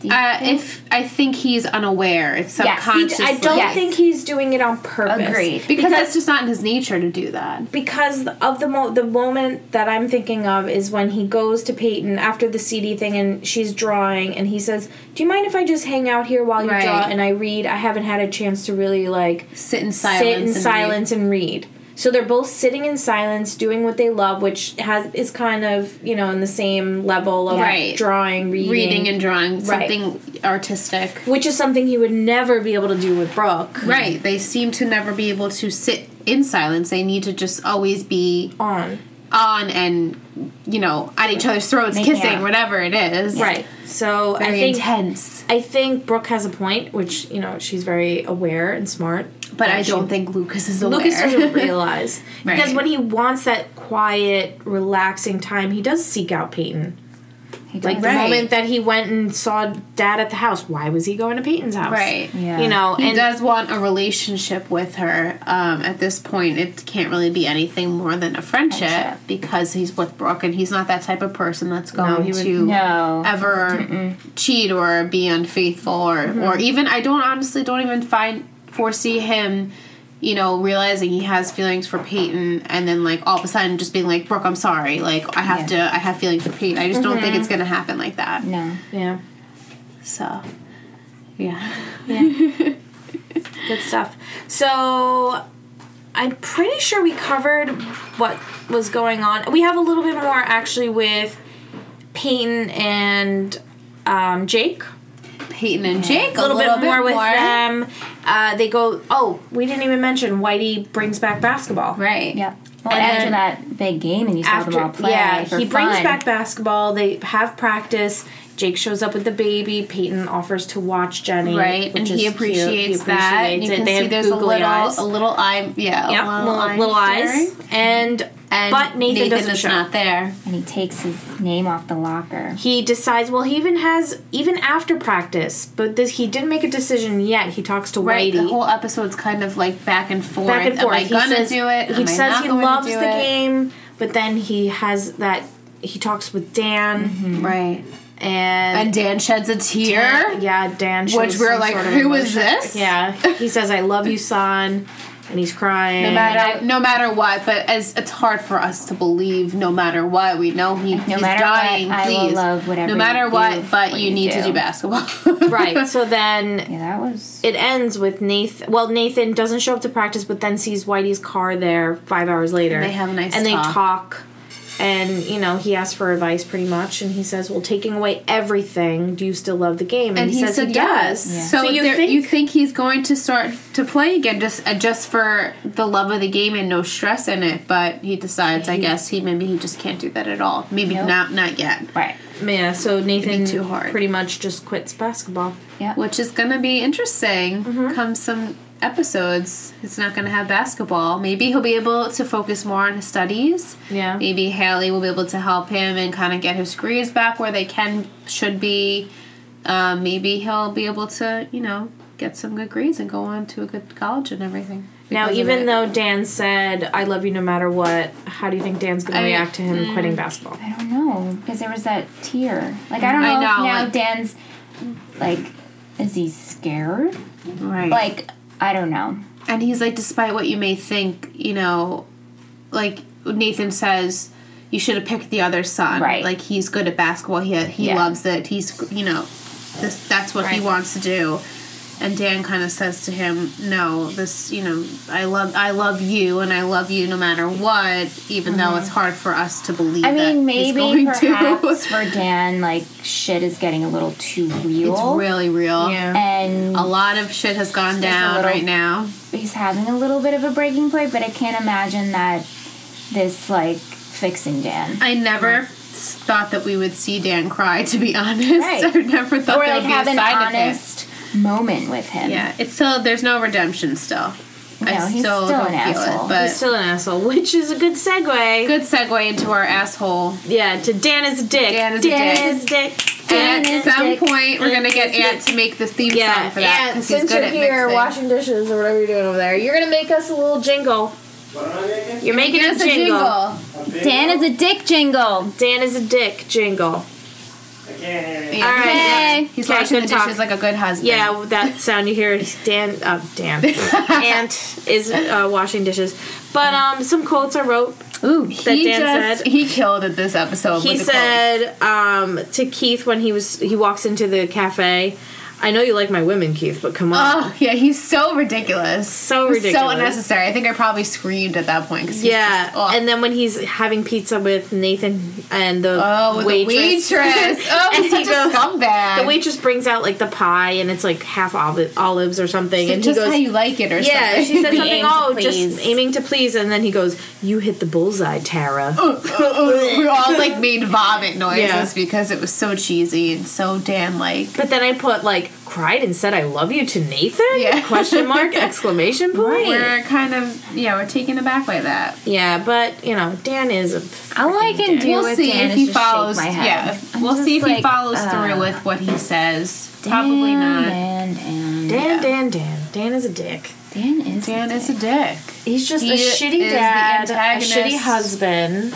Speaker 3: Do you
Speaker 2: Uh,
Speaker 3: think-
Speaker 2: if I think he's unaware, it's
Speaker 3: Yes. He
Speaker 2: subconscious.
Speaker 3: d-
Speaker 1: I don't
Speaker 3: Yes.
Speaker 1: think he's doing it on purpose.
Speaker 3: Agreed.
Speaker 2: because that's just not in his nature to do that.
Speaker 1: because of the mo- the moment that I'm thinking of is when he goes to Peyton after the CD thing and she's drawing and he says, "Do you mind if I just hang out here while you
Speaker 2: Right.
Speaker 1: draw and I read? I haven't had a chance to really like
Speaker 2: Sit in silence.
Speaker 1: sit in
Speaker 2: and
Speaker 1: silence and read." So they're both sitting in silence doing what they love, which has is kind of, you know, in the same level of
Speaker 2: Right.
Speaker 1: drawing, reading,
Speaker 2: read- Reading and drawing
Speaker 1: Right.
Speaker 2: something
Speaker 3: Mm-hmm.
Speaker 2: artistic.
Speaker 1: which is something he would never be able to do with Brooke.
Speaker 2: Right. They seem to never be able to sit in silence. They need to just always be
Speaker 1: On.
Speaker 2: on and you know at each other's throats,
Speaker 3: Making
Speaker 2: kissing,
Speaker 3: out.
Speaker 2: whatever it is.
Speaker 1: Right. So I
Speaker 2: Very
Speaker 1: think
Speaker 2: intense.
Speaker 1: I think Brooke has a point, which you know she's very aware and smart.
Speaker 2: But I don't think Lucas is aware.
Speaker 1: Lucas doesn't realize
Speaker 2: Right.
Speaker 1: because when he wants that quiet, relaxing time, he does seek out Peyton.
Speaker 3: He
Speaker 1: Like
Speaker 3: does.
Speaker 1: the
Speaker 2: Right.
Speaker 1: moment that he went and saw Dad at the house, why was he going to Peyton's house?
Speaker 2: Right.
Speaker 3: Yeah.
Speaker 1: You know,
Speaker 2: he
Speaker 1: and
Speaker 2: does want a relationship with her. Um, at this point, it can't really be anything more than a friendship,
Speaker 3: Friendship.
Speaker 2: because he's with Brooke, and he's not that type of person that's going
Speaker 1: he would-
Speaker 2: to
Speaker 3: no.
Speaker 2: ever cheat or be unfaithful or
Speaker 1: Mm-hmm.
Speaker 2: or even I don't honestly don't even find foresee him you know realizing he has feelings for Peyton and then like all of a sudden just being like Brooke I'm sorry like I have
Speaker 3: Yeah.
Speaker 2: to I have feelings for Peyton I just don't think it's gonna happen like that
Speaker 3: no.
Speaker 1: Mm-hmm. yeah,
Speaker 2: so yeah
Speaker 1: good stuff. So I'm pretty sure we covered what was going on. We have a little bit more actually with Peyton and um, Jake.
Speaker 2: Peyton and Jake
Speaker 1: a little, bit, more with them. Uh, they go. Oh, we didn't even mention Whitey brings back basketball.
Speaker 2: right
Speaker 3: Yeah. Well,
Speaker 1: And
Speaker 3: after
Speaker 1: then-
Speaker 3: that big game, and you saw them all play.
Speaker 1: yeah,
Speaker 3: for
Speaker 1: he brings
Speaker 3: fun.
Speaker 1: back basketball. They have practice. Jake shows up with the baby. Peyton offers to watch Jenny.
Speaker 2: right
Speaker 1: which is
Speaker 2: and he
Speaker 1: cute. He
Speaker 2: appreciates, that and
Speaker 1: appreciates
Speaker 2: you
Speaker 1: it.
Speaker 2: can
Speaker 1: They
Speaker 2: see
Speaker 1: have
Speaker 2: there's a
Speaker 1: googly
Speaker 2: little
Speaker 1: eyes.
Speaker 2: a little eye yeah
Speaker 1: Yep,
Speaker 2: a
Speaker 1: little,
Speaker 2: eye
Speaker 1: little eyes.
Speaker 2: sharing.
Speaker 1: And,
Speaker 2: and
Speaker 1: but Nathan, doesn't
Speaker 2: is
Speaker 1: show.
Speaker 2: not there
Speaker 3: and he takes his name off the locker.
Speaker 1: he decides well he even has even after practice but this he didn't make a decision yet he talks to
Speaker 2: Right, the
Speaker 1: whitey
Speaker 2: whole episode's kind of like back and forth.
Speaker 1: back and forth.
Speaker 2: Am I gonna
Speaker 1: he says,
Speaker 2: do it?
Speaker 1: He
Speaker 2: Am I
Speaker 1: says
Speaker 2: not
Speaker 1: he
Speaker 2: going to
Speaker 1: loves
Speaker 2: do
Speaker 1: the
Speaker 2: it?
Speaker 1: game, but then he has that. He talks with Dan,
Speaker 2: right? Mm-hmm. And
Speaker 1: and,
Speaker 2: Dan sheds a tear.
Speaker 1: yeah, Dan. shows
Speaker 2: Which we're
Speaker 1: some
Speaker 2: like,
Speaker 1: sort of
Speaker 2: "Who is
Speaker 1: emotion."
Speaker 2: this?"
Speaker 1: Yeah, he says, "I love you, son," and he's crying.
Speaker 2: No matter, no matter what, but as it's hard for us to believe. No matter what, we know he, he's
Speaker 3: matter what,
Speaker 2: dying.
Speaker 3: I will
Speaker 2: please,
Speaker 3: love whatever
Speaker 2: no matter
Speaker 3: you
Speaker 2: what,
Speaker 3: do,
Speaker 2: but
Speaker 3: what
Speaker 2: you
Speaker 3: you
Speaker 2: need to
Speaker 3: do.
Speaker 2: do basketball.
Speaker 1: right. So then
Speaker 3: Yeah, that was.
Speaker 1: it ends with Nathan. Well, Nathan doesn't show up to practice, but then sees Whitey's car there five hours later.
Speaker 2: they have a nice
Speaker 1: and
Speaker 2: talk.
Speaker 1: they talk. And you know he asks for advice pretty much, and he says, "Well, taking away everything, do you still love the game?" And,
Speaker 2: and
Speaker 1: he, says he does.
Speaker 3: Yeah.
Speaker 2: So,
Speaker 1: So you
Speaker 2: you, there,
Speaker 1: think-
Speaker 2: you think he's going to start to play again, just uh, just for the love of the game and no stress in it? But he decides, I guess he maybe he just can't do that at all. Maybe
Speaker 3: Nope.
Speaker 2: not not yet.
Speaker 3: Right.
Speaker 1: Yeah, so Nathan
Speaker 2: too hard.
Speaker 1: pretty much just quits basketball.
Speaker 3: Yeah.
Speaker 2: Which is going to be interesting. Come some episodes, it's not going to have basketball. Maybe he'll be able to focus more on his studies.
Speaker 1: Yeah.
Speaker 2: Maybe Haley will be able to help him and kind of get his grades back where they can should be. Uh, Um, maybe he'll be able to, you know, get some good grades and go on to a good college and everything.
Speaker 1: Now,
Speaker 2: because of
Speaker 1: even
Speaker 2: it.
Speaker 1: though Dan said, I love you no matter what, how do you think Dan's going
Speaker 2: I
Speaker 1: to
Speaker 2: mean,
Speaker 1: react to him quitting basketball?
Speaker 3: I don't know because there was that tear. Like I don't know,
Speaker 2: I
Speaker 3: if
Speaker 2: know,
Speaker 3: now
Speaker 2: like-
Speaker 3: Dan's like, is he scared?
Speaker 2: right,
Speaker 3: Like I don't know.
Speaker 2: and he's like, despite what you may think, you know, like Nathan says, you should have picked the other son.
Speaker 3: Right.
Speaker 2: Like he's good at basketball. He he
Speaker 3: Yeah.
Speaker 2: loves it. He's you know, this that's what he
Speaker 1: Right.
Speaker 2: wants to do. And Dan kind of says to him, "No, this you know, I love I love you, and I love you no matter what, even though it's hard for us to believe.
Speaker 3: Mm-hmm. I
Speaker 2: that
Speaker 3: mean,
Speaker 2: he's
Speaker 3: maybe
Speaker 2: going
Speaker 3: perhaps
Speaker 2: to.
Speaker 3: for Dan, like shit is getting a little too real.
Speaker 2: it's really real.
Speaker 3: and
Speaker 2: A lot of shit has gone
Speaker 3: There's a
Speaker 2: down
Speaker 3: little-
Speaker 2: right now.
Speaker 3: he's having a little bit of a breaking point, but I can't imagine that this like fixing Dan.
Speaker 2: I never s- thought that we would see Dan cry. To be honest,
Speaker 3: Right.
Speaker 2: I never thought
Speaker 3: or
Speaker 2: there
Speaker 3: like
Speaker 2: would be
Speaker 3: have
Speaker 2: a
Speaker 3: an
Speaker 2: side
Speaker 3: honest moment with
Speaker 2: of
Speaker 3: him.
Speaker 2: it. Yeah, it's still there's no redemption. Still, I
Speaker 3: No,
Speaker 2: still,
Speaker 3: he's still
Speaker 2: don't
Speaker 3: an
Speaker 2: feel
Speaker 3: asshole.
Speaker 2: it. But
Speaker 1: He's still an asshole, which is a good segue.
Speaker 2: good segue into our asshole.
Speaker 1: Yeah, to Dan is a dick.
Speaker 2: Dan is a dick.
Speaker 1: is a dick.
Speaker 2: And
Speaker 3: Dan
Speaker 2: at
Speaker 3: is
Speaker 2: some
Speaker 3: dick.
Speaker 2: point, we're gonna get
Speaker 1: Dan is
Speaker 2: Ant to make the theme
Speaker 1: Yeah,
Speaker 2: song for that
Speaker 1: and
Speaker 2: because he's
Speaker 1: since
Speaker 2: good
Speaker 1: you're
Speaker 2: at
Speaker 1: here
Speaker 2: mixing.
Speaker 1: washing dishes or whatever you're doing over there, you're gonna make us a little jingle.
Speaker 4: What am I making?
Speaker 1: You're making
Speaker 2: Give us
Speaker 1: us a jingle.
Speaker 4: A big
Speaker 3: Dan
Speaker 4: one?
Speaker 3: is a dick jingle.
Speaker 1: Dan is a dick jingle.
Speaker 4: I can't hear you.
Speaker 2: Yeah.
Speaker 1: All right.
Speaker 3: Yay.
Speaker 2: He's
Speaker 1: Okay,
Speaker 2: washing the
Speaker 1: good talk.
Speaker 2: dishes like a good husband.
Speaker 1: Yeah, that sound you hear is Dan. Uh, Dan. Ant is uh, washing dishes. But um, some quotes I wrote
Speaker 3: Ooh,
Speaker 1: that
Speaker 2: he
Speaker 1: Dan
Speaker 2: just
Speaker 1: said.
Speaker 2: he killed it this episode.
Speaker 1: he
Speaker 2: with the quotes.
Speaker 1: said um, to Keith when he was he walks into the cafe. I know you like my women, Keith, but come on,
Speaker 2: Oh yeah, he's so ridiculous.
Speaker 1: So
Speaker 2: It was So
Speaker 1: ridiculous.
Speaker 2: unnecessary. I think I probably screamed at that point. 'cause he's
Speaker 1: yeah.
Speaker 2: just- oh. ugh.
Speaker 1: And then when he's having pizza with Nathan and the
Speaker 2: oh, with
Speaker 1: waitress,
Speaker 2: the waitress. Oh,
Speaker 1: And
Speaker 2: he's
Speaker 1: he
Speaker 2: such
Speaker 1: goes-
Speaker 2: a scumbag.
Speaker 1: the waitress brings out like the pie and it's like half olive, olives or something,
Speaker 2: It's
Speaker 1: and he
Speaker 2: just
Speaker 1: goes.
Speaker 2: how you like it, or
Speaker 1: yeah,
Speaker 2: something.
Speaker 1: she said
Speaker 3: Be
Speaker 1: something.
Speaker 3: aimed to
Speaker 1: Oh,
Speaker 3: please."
Speaker 1: just aiming to please, and then he goes, "You hit the bullseye, Tara."
Speaker 2: Oh. we all like made vomit noises
Speaker 1: Yeah.
Speaker 2: because it was so cheesy and so damn like.
Speaker 1: But then I put like cried and said, "I love you" to Nathan?
Speaker 2: Yeah.
Speaker 1: Question mark exclamation point.
Speaker 2: We're kind of yeah, we're taken aback by that.
Speaker 1: Yeah, but you know, Dan is a
Speaker 3: All I can do
Speaker 2: We'll
Speaker 3: with
Speaker 2: see
Speaker 3: Dan
Speaker 2: if
Speaker 3: is
Speaker 2: he
Speaker 3: just shake
Speaker 2: follows.
Speaker 3: my head.
Speaker 2: Yeah, if-
Speaker 3: I'm
Speaker 2: we'll
Speaker 3: just
Speaker 2: see if he
Speaker 3: like,
Speaker 2: follows
Speaker 3: uh,
Speaker 2: through with what he says. Probably
Speaker 3: Dan,
Speaker 2: not.
Speaker 3: Dan, Dan, Dan,
Speaker 1: Dan, Dan, Dan. Dan is a dick.
Speaker 3: is.
Speaker 2: Dan is a dick.
Speaker 1: He's just
Speaker 2: He
Speaker 1: a shitty
Speaker 2: is the
Speaker 1: dad, a
Speaker 2: antagonist.
Speaker 1: shitty husband,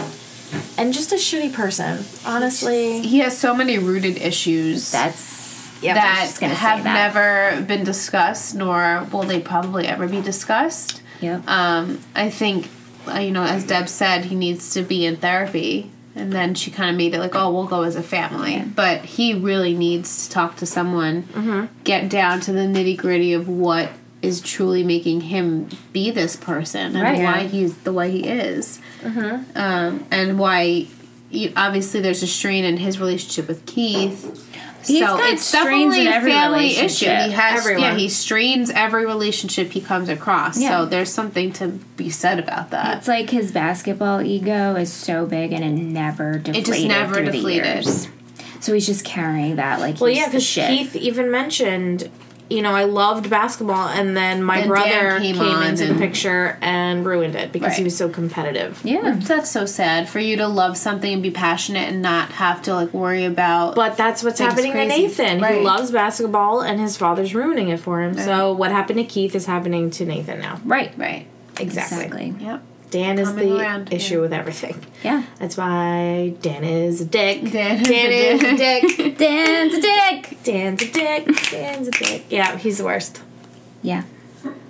Speaker 1: and just a shitty person. Honestly,
Speaker 2: He has so many rooted issues.
Speaker 3: That's
Speaker 1: yeah,
Speaker 3: I
Speaker 2: that
Speaker 3: was just gonna say
Speaker 2: have
Speaker 3: that.
Speaker 2: never been discussed, nor will they probably ever be discussed.
Speaker 3: yep.
Speaker 2: Um, I think, uh, you know, as Deb said, he needs to be in therapy. And then she kind of made it like, oh, we'll go as a family. But he really needs to talk to someone,
Speaker 3: Mm-hmm.
Speaker 2: get down to the nitty gritty of what is truly making him be this person and
Speaker 3: Right. Mm-hmm.
Speaker 2: why he's the way he is. Um, and why, you, obviously, there's a strain in his relationship with Keith.
Speaker 3: He's
Speaker 2: so
Speaker 3: got
Speaker 2: it's
Speaker 3: strains
Speaker 2: definitely
Speaker 3: in
Speaker 2: a
Speaker 3: every
Speaker 2: family issue. He
Speaker 3: relationship.
Speaker 2: has, yeah,
Speaker 1: Everyone.
Speaker 2: he strains every relationship he comes across.
Speaker 3: Yeah.
Speaker 2: So there's something to be said about that.
Speaker 3: It's like his basketball ego is so big and it never deflated.
Speaker 2: It just never
Speaker 3: through The
Speaker 2: deflated.
Speaker 3: years. So he's just carrying that like
Speaker 1: Well,
Speaker 3: he's
Speaker 1: yeah,
Speaker 3: the
Speaker 1: because
Speaker 3: shit.
Speaker 1: Keith even mentioned, you know, I loved basketball, and then my
Speaker 2: Then
Speaker 1: brother
Speaker 2: Dan came
Speaker 1: came,
Speaker 2: on
Speaker 1: into the
Speaker 2: and-
Speaker 1: picture and ruined it because he
Speaker 2: Right.
Speaker 1: was so competitive.
Speaker 3: yeah.
Speaker 2: That's so sad for you to love something and be passionate and not have to like worry about.
Speaker 1: But that's what's
Speaker 2: Things
Speaker 1: happening to
Speaker 2: crazy.
Speaker 1: Nathan.
Speaker 2: Right.
Speaker 1: He loves basketball, and his father's ruining it for him. So what happened to Keith is happening to Nathan now.
Speaker 3: Right.
Speaker 2: right.
Speaker 1: Exactly.
Speaker 3: Exactly.
Speaker 2: Yep.
Speaker 1: Dan is
Speaker 2: Coming
Speaker 1: the
Speaker 2: around,
Speaker 1: issue
Speaker 2: yeah.
Speaker 1: with everything.
Speaker 3: Yeah.
Speaker 1: That's why Dan is a dick.
Speaker 2: Dan is
Speaker 1: Dan
Speaker 2: a
Speaker 1: is a dick.
Speaker 3: Dan's a dick.
Speaker 1: Dan's a dick. Dan's a dick. Yeah, he's the worst.
Speaker 3: Yeah.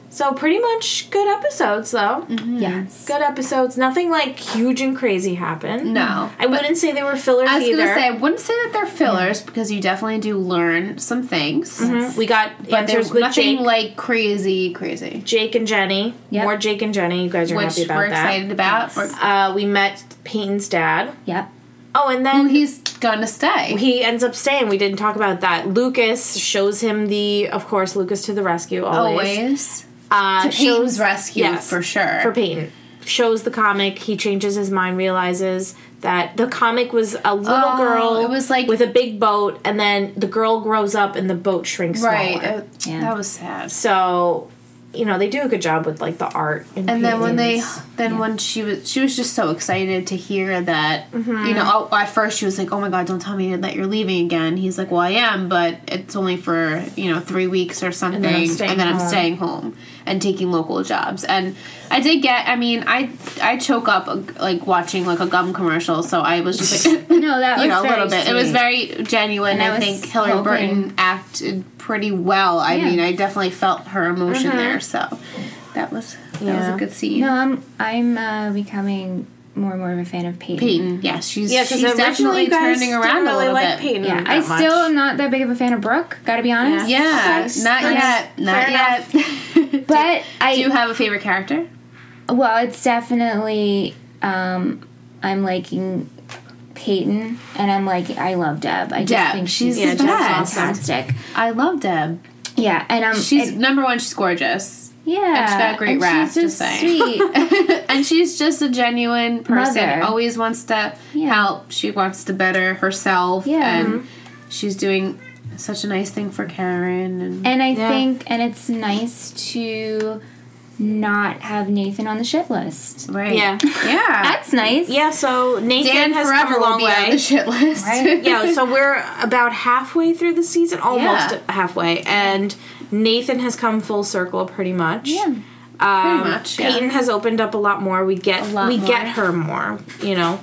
Speaker 1: So pretty much good episodes though.
Speaker 2: Hmm.
Speaker 3: Yes.
Speaker 1: Good episodes. Nothing like huge and crazy happened.
Speaker 2: No.
Speaker 1: I wouldn't say they were fillers
Speaker 2: I was
Speaker 1: either.
Speaker 2: gonna say I wouldn't say that they're fillers because you definitely do learn some things,
Speaker 1: Mhm. we got
Speaker 2: but
Speaker 1: answers
Speaker 2: there's
Speaker 1: with
Speaker 2: nothing
Speaker 1: Jake,
Speaker 2: like crazy, crazy,
Speaker 1: Jake and Jenny.
Speaker 3: Yep.
Speaker 1: More Jake and Jenny. You guys are
Speaker 2: which
Speaker 1: happy about
Speaker 2: we're
Speaker 1: that.
Speaker 2: excited about. We're-
Speaker 1: Uh, we met Peyton's dad.
Speaker 3: Yep.
Speaker 1: Oh, and
Speaker 2: Well,
Speaker 1: then
Speaker 2: he's gonna stay.
Speaker 1: he ends up staying. We didn't talk about that. Lucas shows him the, of course, Lucas to the rescue always.
Speaker 2: Always.
Speaker 1: Uh,
Speaker 2: To Peyton's
Speaker 1: shows-
Speaker 2: rescue
Speaker 1: yes.
Speaker 2: for sure.
Speaker 1: for Peyton. Shows the comic. He changes his mind, realizes that the comic was a little
Speaker 2: Oh,
Speaker 1: girl.
Speaker 2: it was like-
Speaker 1: with a big boat, and then the girl grows up and the boat shrinks
Speaker 2: right.
Speaker 1: smaller.
Speaker 2: uh,
Speaker 3: Yeah.
Speaker 2: That was sad.
Speaker 1: So, you know, they do a good job with like the art. And
Speaker 2: And then when they,
Speaker 1: paintings.
Speaker 2: then when she was, she was just so excited to hear that. You
Speaker 1: Mm-hmm.
Speaker 2: know, oh, at first she was like, "Oh my god, don't tell me that you're leaving again." He's like, "Well, I am, but it's only for you know three weeks or something,
Speaker 1: then I'm staying
Speaker 2: and then I'm
Speaker 1: home."
Speaker 2: staying home." and taking local jobs. And I did get. I mean, I I choke up uh, like watching like a gum commercial, so I was just like.
Speaker 3: No, that was
Speaker 2: you know, a
Speaker 3: very
Speaker 2: little bit. It was
Speaker 3: sweet.
Speaker 2: very genuine.
Speaker 3: And I
Speaker 2: I
Speaker 3: was
Speaker 2: think Hillary
Speaker 3: hoping-
Speaker 2: Burton acted pretty well. I
Speaker 3: Yeah.
Speaker 2: mean, I definitely felt her emotion
Speaker 1: Mm-hmm.
Speaker 2: there. So that was that was
Speaker 1: Yeah.
Speaker 2: a good scene.
Speaker 3: No, I'm I'm uh, becoming more and more of a fan of Peyton.
Speaker 2: Peyton, yeah, she's
Speaker 1: Yeah,
Speaker 2: she's
Speaker 1: because originally
Speaker 2: definitely
Speaker 1: you guys
Speaker 2: turning around
Speaker 1: didn't
Speaker 2: a
Speaker 1: really
Speaker 2: little
Speaker 1: like
Speaker 2: bit.
Speaker 1: Peyton.
Speaker 3: Yeah,
Speaker 1: that
Speaker 3: I
Speaker 1: much.
Speaker 3: still am not that big of a fan of Brooke. Gotta be honest.
Speaker 2: Yeah,
Speaker 1: Okay.
Speaker 2: not
Speaker 1: That's
Speaker 2: yet, not
Speaker 1: fair
Speaker 2: yet.
Speaker 3: But I
Speaker 2: Do you have a favorite character?
Speaker 3: Well, it's definitely um I'm liking Peyton and I'm like I love Deb. I just
Speaker 2: Deb.
Speaker 3: think she's
Speaker 2: Yeah,
Speaker 3: just
Speaker 2: Deb's
Speaker 3: fantastic.
Speaker 2: I love Deb.
Speaker 3: Yeah, and um
Speaker 2: She's
Speaker 3: and-
Speaker 2: number one. She's gorgeous,
Speaker 3: yeah,
Speaker 2: and she's got a great
Speaker 3: and
Speaker 2: raft,
Speaker 3: She's
Speaker 2: just
Speaker 3: just
Speaker 2: saying.
Speaker 3: sweet.
Speaker 2: and she's just a genuine person.
Speaker 3: Mother.
Speaker 2: Always wants to
Speaker 3: Yeah.
Speaker 2: help. She wants to better herself.
Speaker 3: Yeah.
Speaker 2: and she's doing such a nice thing for Karen. And,
Speaker 3: and I
Speaker 2: Yeah.
Speaker 3: think and it's nice to not have Nathan on the shit list.
Speaker 2: right,
Speaker 1: Yeah.
Speaker 2: yeah.
Speaker 3: That's nice.
Speaker 1: Yeah, so Nathan
Speaker 2: Dan
Speaker 1: has come
Speaker 2: forever
Speaker 1: a
Speaker 2: will
Speaker 1: long
Speaker 2: be on
Speaker 1: way.
Speaker 2: the shit list.
Speaker 3: Right?
Speaker 1: yeah, so we're about halfway through the season, almost halfway, and Nathan has come full circle pretty much.
Speaker 3: Yeah.
Speaker 1: Um,
Speaker 2: much, yeah.
Speaker 1: Peyton has opened up a lot more. We get
Speaker 3: lot
Speaker 1: we
Speaker 3: more.
Speaker 1: get her more, you know.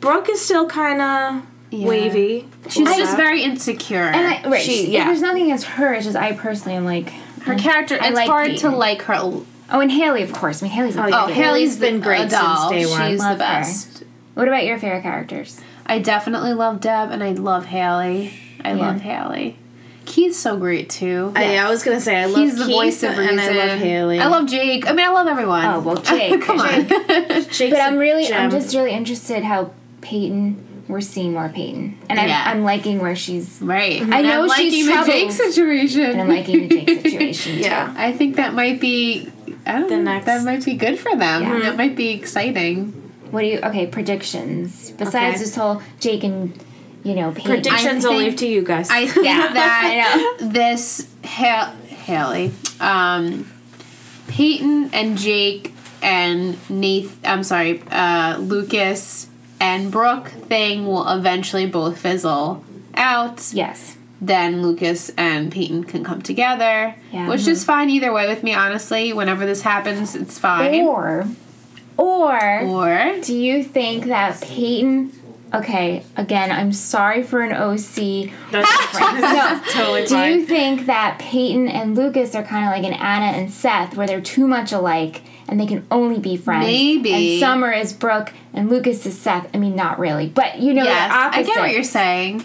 Speaker 1: Brooke is still kind of wavy.
Speaker 2: She's
Speaker 1: Well,
Speaker 2: just
Speaker 1: that-
Speaker 2: very insecure.
Speaker 3: And I, right,
Speaker 1: She-
Speaker 3: she,
Speaker 1: yeah.
Speaker 3: there's nothing against her. It's just I personally am like.
Speaker 2: her character,
Speaker 3: I
Speaker 2: it's
Speaker 3: like
Speaker 2: hard to
Speaker 3: Peyton.
Speaker 2: like her. Oh,
Speaker 3: Oh, and Haley, of course. I mean, Haley's. Oh,
Speaker 1: yeah. Haley's been
Speaker 2: the-
Speaker 1: great
Speaker 2: a doll.
Speaker 1: since day one.
Speaker 2: She's
Speaker 3: Love her.
Speaker 2: the best.
Speaker 3: What about your favorite characters?
Speaker 2: I definitely love Deb, and I love Haley. I
Speaker 3: Yeah.
Speaker 2: love Haley. Keith's so great too.
Speaker 1: I, I was gonna say I love
Speaker 2: He's the
Speaker 1: Keith
Speaker 2: voice of reason.
Speaker 1: and I love Haley.
Speaker 2: I love Jake. I mean, I love everyone.
Speaker 3: Oh, well, Jake.
Speaker 2: Come on.
Speaker 1: Jake's
Speaker 3: But I'm really,
Speaker 1: gem.
Speaker 3: I'm just really interested how Peyton. We're seeing more Peyton, and I'm,
Speaker 2: Yeah.
Speaker 3: I'm liking where she's.
Speaker 2: right.
Speaker 3: I know
Speaker 2: am liking
Speaker 3: she's
Speaker 2: the
Speaker 3: troubled.
Speaker 2: Jake situation.
Speaker 3: And I'm liking the Jake situation.
Speaker 1: yeah.
Speaker 2: I think that might be. I don't
Speaker 1: The
Speaker 2: know.
Speaker 1: next-
Speaker 2: That might be good for them.
Speaker 3: Yeah.
Speaker 2: That might be exciting.
Speaker 3: Too. What do you? Okay, predictions. Besides
Speaker 2: Okay.
Speaker 3: this whole Jake and you know Peyton.
Speaker 1: predictions. I'll
Speaker 2: think-
Speaker 1: leave to you guys.
Speaker 2: I think
Speaker 3: Yeah,
Speaker 2: that
Speaker 3: I know.
Speaker 2: this ha- Haley, um, Peyton and Jake and Nath. I'm sorry, uh, Lucas and Brooke thing will eventually both fizzle out.
Speaker 3: Yes.
Speaker 2: Then Lucas and Peyton can come together,
Speaker 3: Yeah.
Speaker 2: which is fine either way with me. Honestly, whenever this happens, it's fine.
Speaker 3: Or, or
Speaker 2: Or
Speaker 3: Do you think that Peyton? Okay, again, I'm sorry for an OC.
Speaker 1: That's
Speaker 3: No.
Speaker 1: totally
Speaker 3: Do
Speaker 1: fine.
Speaker 3: you think that Peyton and Lucas are kind of like an Anna and Seth, where they're too much alike and they can only be friends?
Speaker 2: Maybe.
Speaker 3: And Summer is Brooke and Lucas is Seth. I mean, not really, but you know,
Speaker 2: yes,
Speaker 3: they're
Speaker 2: I
Speaker 3: opposite.
Speaker 2: get what you're saying.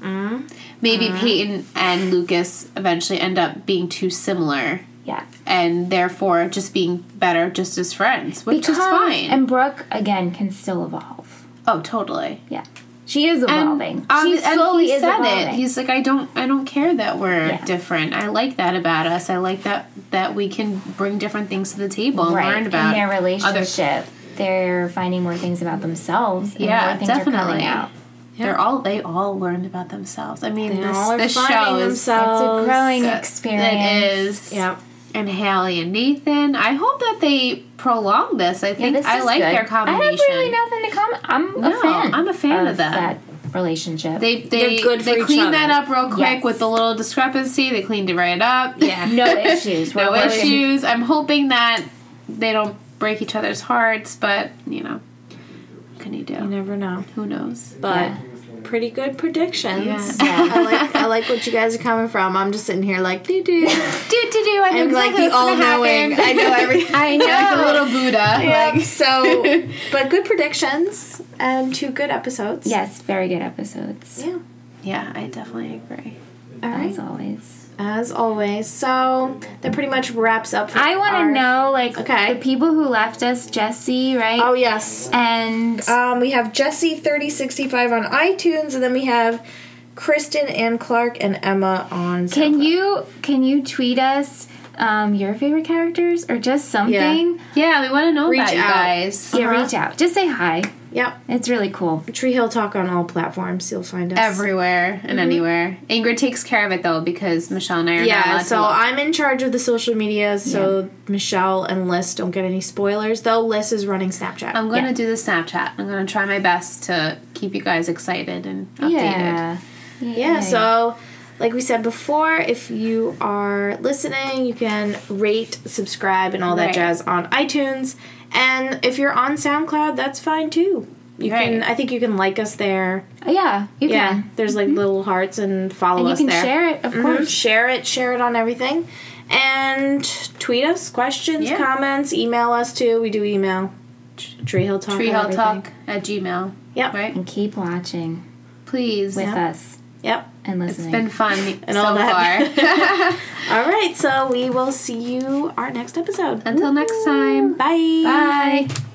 Speaker 3: Mm-hmm.
Speaker 2: Maybe Peyton and Lucas eventually end up being too similar,
Speaker 3: Yeah.
Speaker 2: and therefore just being better just as friends, which
Speaker 3: Because-
Speaker 2: is fine.
Speaker 3: And Brooke again can still evolve.
Speaker 2: oh, totally.
Speaker 3: Yeah, she is
Speaker 2: And,
Speaker 3: evolving.
Speaker 2: um,
Speaker 3: she
Speaker 2: and
Speaker 3: slowly
Speaker 2: he
Speaker 3: is
Speaker 2: said
Speaker 3: evolving.
Speaker 2: it. He's like, I don't, I don't care that we're
Speaker 3: Yeah.
Speaker 2: different. I like that about us. I like that that we can bring different things to the table and
Speaker 3: right
Speaker 2: learn about
Speaker 3: in their
Speaker 2: other
Speaker 3: relationship. They're finding more things about themselves. And
Speaker 2: Yeah,
Speaker 3: more things Are
Speaker 2: definitely.
Speaker 3: coming out.
Speaker 2: They're all they all learned about themselves. I mean,
Speaker 1: They
Speaker 2: this,
Speaker 1: all are
Speaker 2: this
Speaker 1: finding
Speaker 2: show is
Speaker 1: themselves.
Speaker 3: It's a growing
Speaker 2: that-
Speaker 3: experience.
Speaker 2: It is.
Speaker 1: Yeah.
Speaker 2: and Haley and Nathan. I hope that they prolong this. I
Speaker 3: Yeah,
Speaker 2: think
Speaker 3: this
Speaker 2: I
Speaker 3: is
Speaker 2: like
Speaker 3: good.
Speaker 2: their combination.
Speaker 3: I have really nothing to comment. I'm
Speaker 2: No,
Speaker 3: a fan.
Speaker 2: I'm a fan of that.
Speaker 3: relationship.
Speaker 2: They they
Speaker 1: They're good for
Speaker 2: they
Speaker 1: each
Speaker 2: cleaned
Speaker 1: other.
Speaker 2: that up real quick
Speaker 3: Yes.
Speaker 2: with the little discrepancy. They cleaned it right up.
Speaker 1: Yeah.
Speaker 3: no issues.
Speaker 2: no
Speaker 3: We're working-
Speaker 2: issues. I'm hoping that they don't break each other's hearts, but you know, what can you do?
Speaker 1: You never know,
Speaker 2: Who knows?
Speaker 1: but
Speaker 3: Yeah.
Speaker 1: pretty good predictions.
Speaker 2: Yeah.
Speaker 3: Yeah.
Speaker 1: I like I like what you guys are coming from. I'm just sitting here like doo doo.
Speaker 2: Do do do. I know
Speaker 1: I'm like
Speaker 2: exactly
Speaker 1: the all
Speaker 2: what's
Speaker 1: knowing.
Speaker 2: gonna
Speaker 1: I
Speaker 2: happen.
Speaker 1: know everything.
Speaker 3: I
Speaker 2: like a
Speaker 3: know.
Speaker 2: little Buddha.
Speaker 1: Like
Speaker 2: Like
Speaker 1: so, but good predictions and two good episodes.
Speaker 3: yes, very good episodes.
Speaker 1: Yeah.
Speaker 2: yeah, I definitely agree.
Speaker 1: All right.
Speaker 3: As always,
Speaker 1: As always. So that pretty much wraps up.
Speaker 3: I want
Speaker 1: our-
Speaker 3: to know like
Speaker 1: Okay.
Speaker 3: the people who left us, Jesse, right?
Speaker 1: Oh yes.
Speaker 3: and
Speaker 1: Um, we have Jesse thirty sixty five on iTunes, and then we have Kristen and Clark and Emma on.
Speaker 3: Can
Speaker 1: SoundCloud.
Speaker 3: you can you tweet us um, your favorite characters or just something?
Speaker 2: Yeah, we want to know
Speaker 1: Reach
Speaker 2: about you
Speaker 1: out.
Speaker 2: guys.
Speaker 3: Yeah,
Speaker 1: Uh-huh.
Speaker 3: reach out. Just say hi.
Speaker 1: Yep.
Speaker 3: It's really cool.
Speaker 1: Tree Hill Talk on all platforms. You'll find us
Speaker 2: everywhere
Speaker 1: Mm-hmm.
Speaker 2: and anywhere. Ingrid takes care of it though because Michelle and I are not
Speaker 1: Yeah,
Speaker 2: allowed
Speaker 1: so
Speaker 2: to. Look.
Speaker 1: I'm in charge of the social media, so Michelle and Liz don't get any spoilers, though Liz is running Snapchat.
Speaker 2: I'm gonna do the Snapchat. I'm gonna try my best to keep you guys excited and updated.
Speaker 3: Yeah.
Speaker 1: yeah, so Like we said before, if you are listening, you can rate, subscribe, and all that
Speaker 2: Right.
Speaker 1: jazz on iTunes. And if you're on SoundCloud, that's fine too. You can
Speaker 2: Right.
Speaker 1: I think you can like us there.
Speaker 3: Yeah, you
Speaker 1: Yeah.
Speaker 3: can.
Speaker 1: There's like little hearts and follow
Speaker 3: And you
Speaker 1: us
Speaker 3: can
Speaker 1: there.
Speaker 3: share it, of
Speaker 1: Mhm.
Speaker 3: course.
Speaker 1: Share it, share it on everything. And tweet us questions,
Speaker 2: Yeah.
Speaker 1: comments, email us too. We do email. T- Tree Hill Talk.
Speaker 2: Treehell
Speaker 1: everything.
Speaker 2: Talk at Gmail.
Speaker 1: Yep.
Speaker 2: Right?
Speaker 3: And keep watching
Speaker 2: Please.
Speaker 3: with
Speaker 2: It's
Speaker 3: us
Speaker 1: Yep.
Speaker 3: and listening.
Speaker 2: been fun
Speaker 1: And
Speaker 2: so
Speaker 1: all that.
Speaker 2: far.
Speaker 1: All right, so we will see you our next episode.
Speaker 2: Until next time.
Speaker 1: Bye.
Speaker 3: Bye.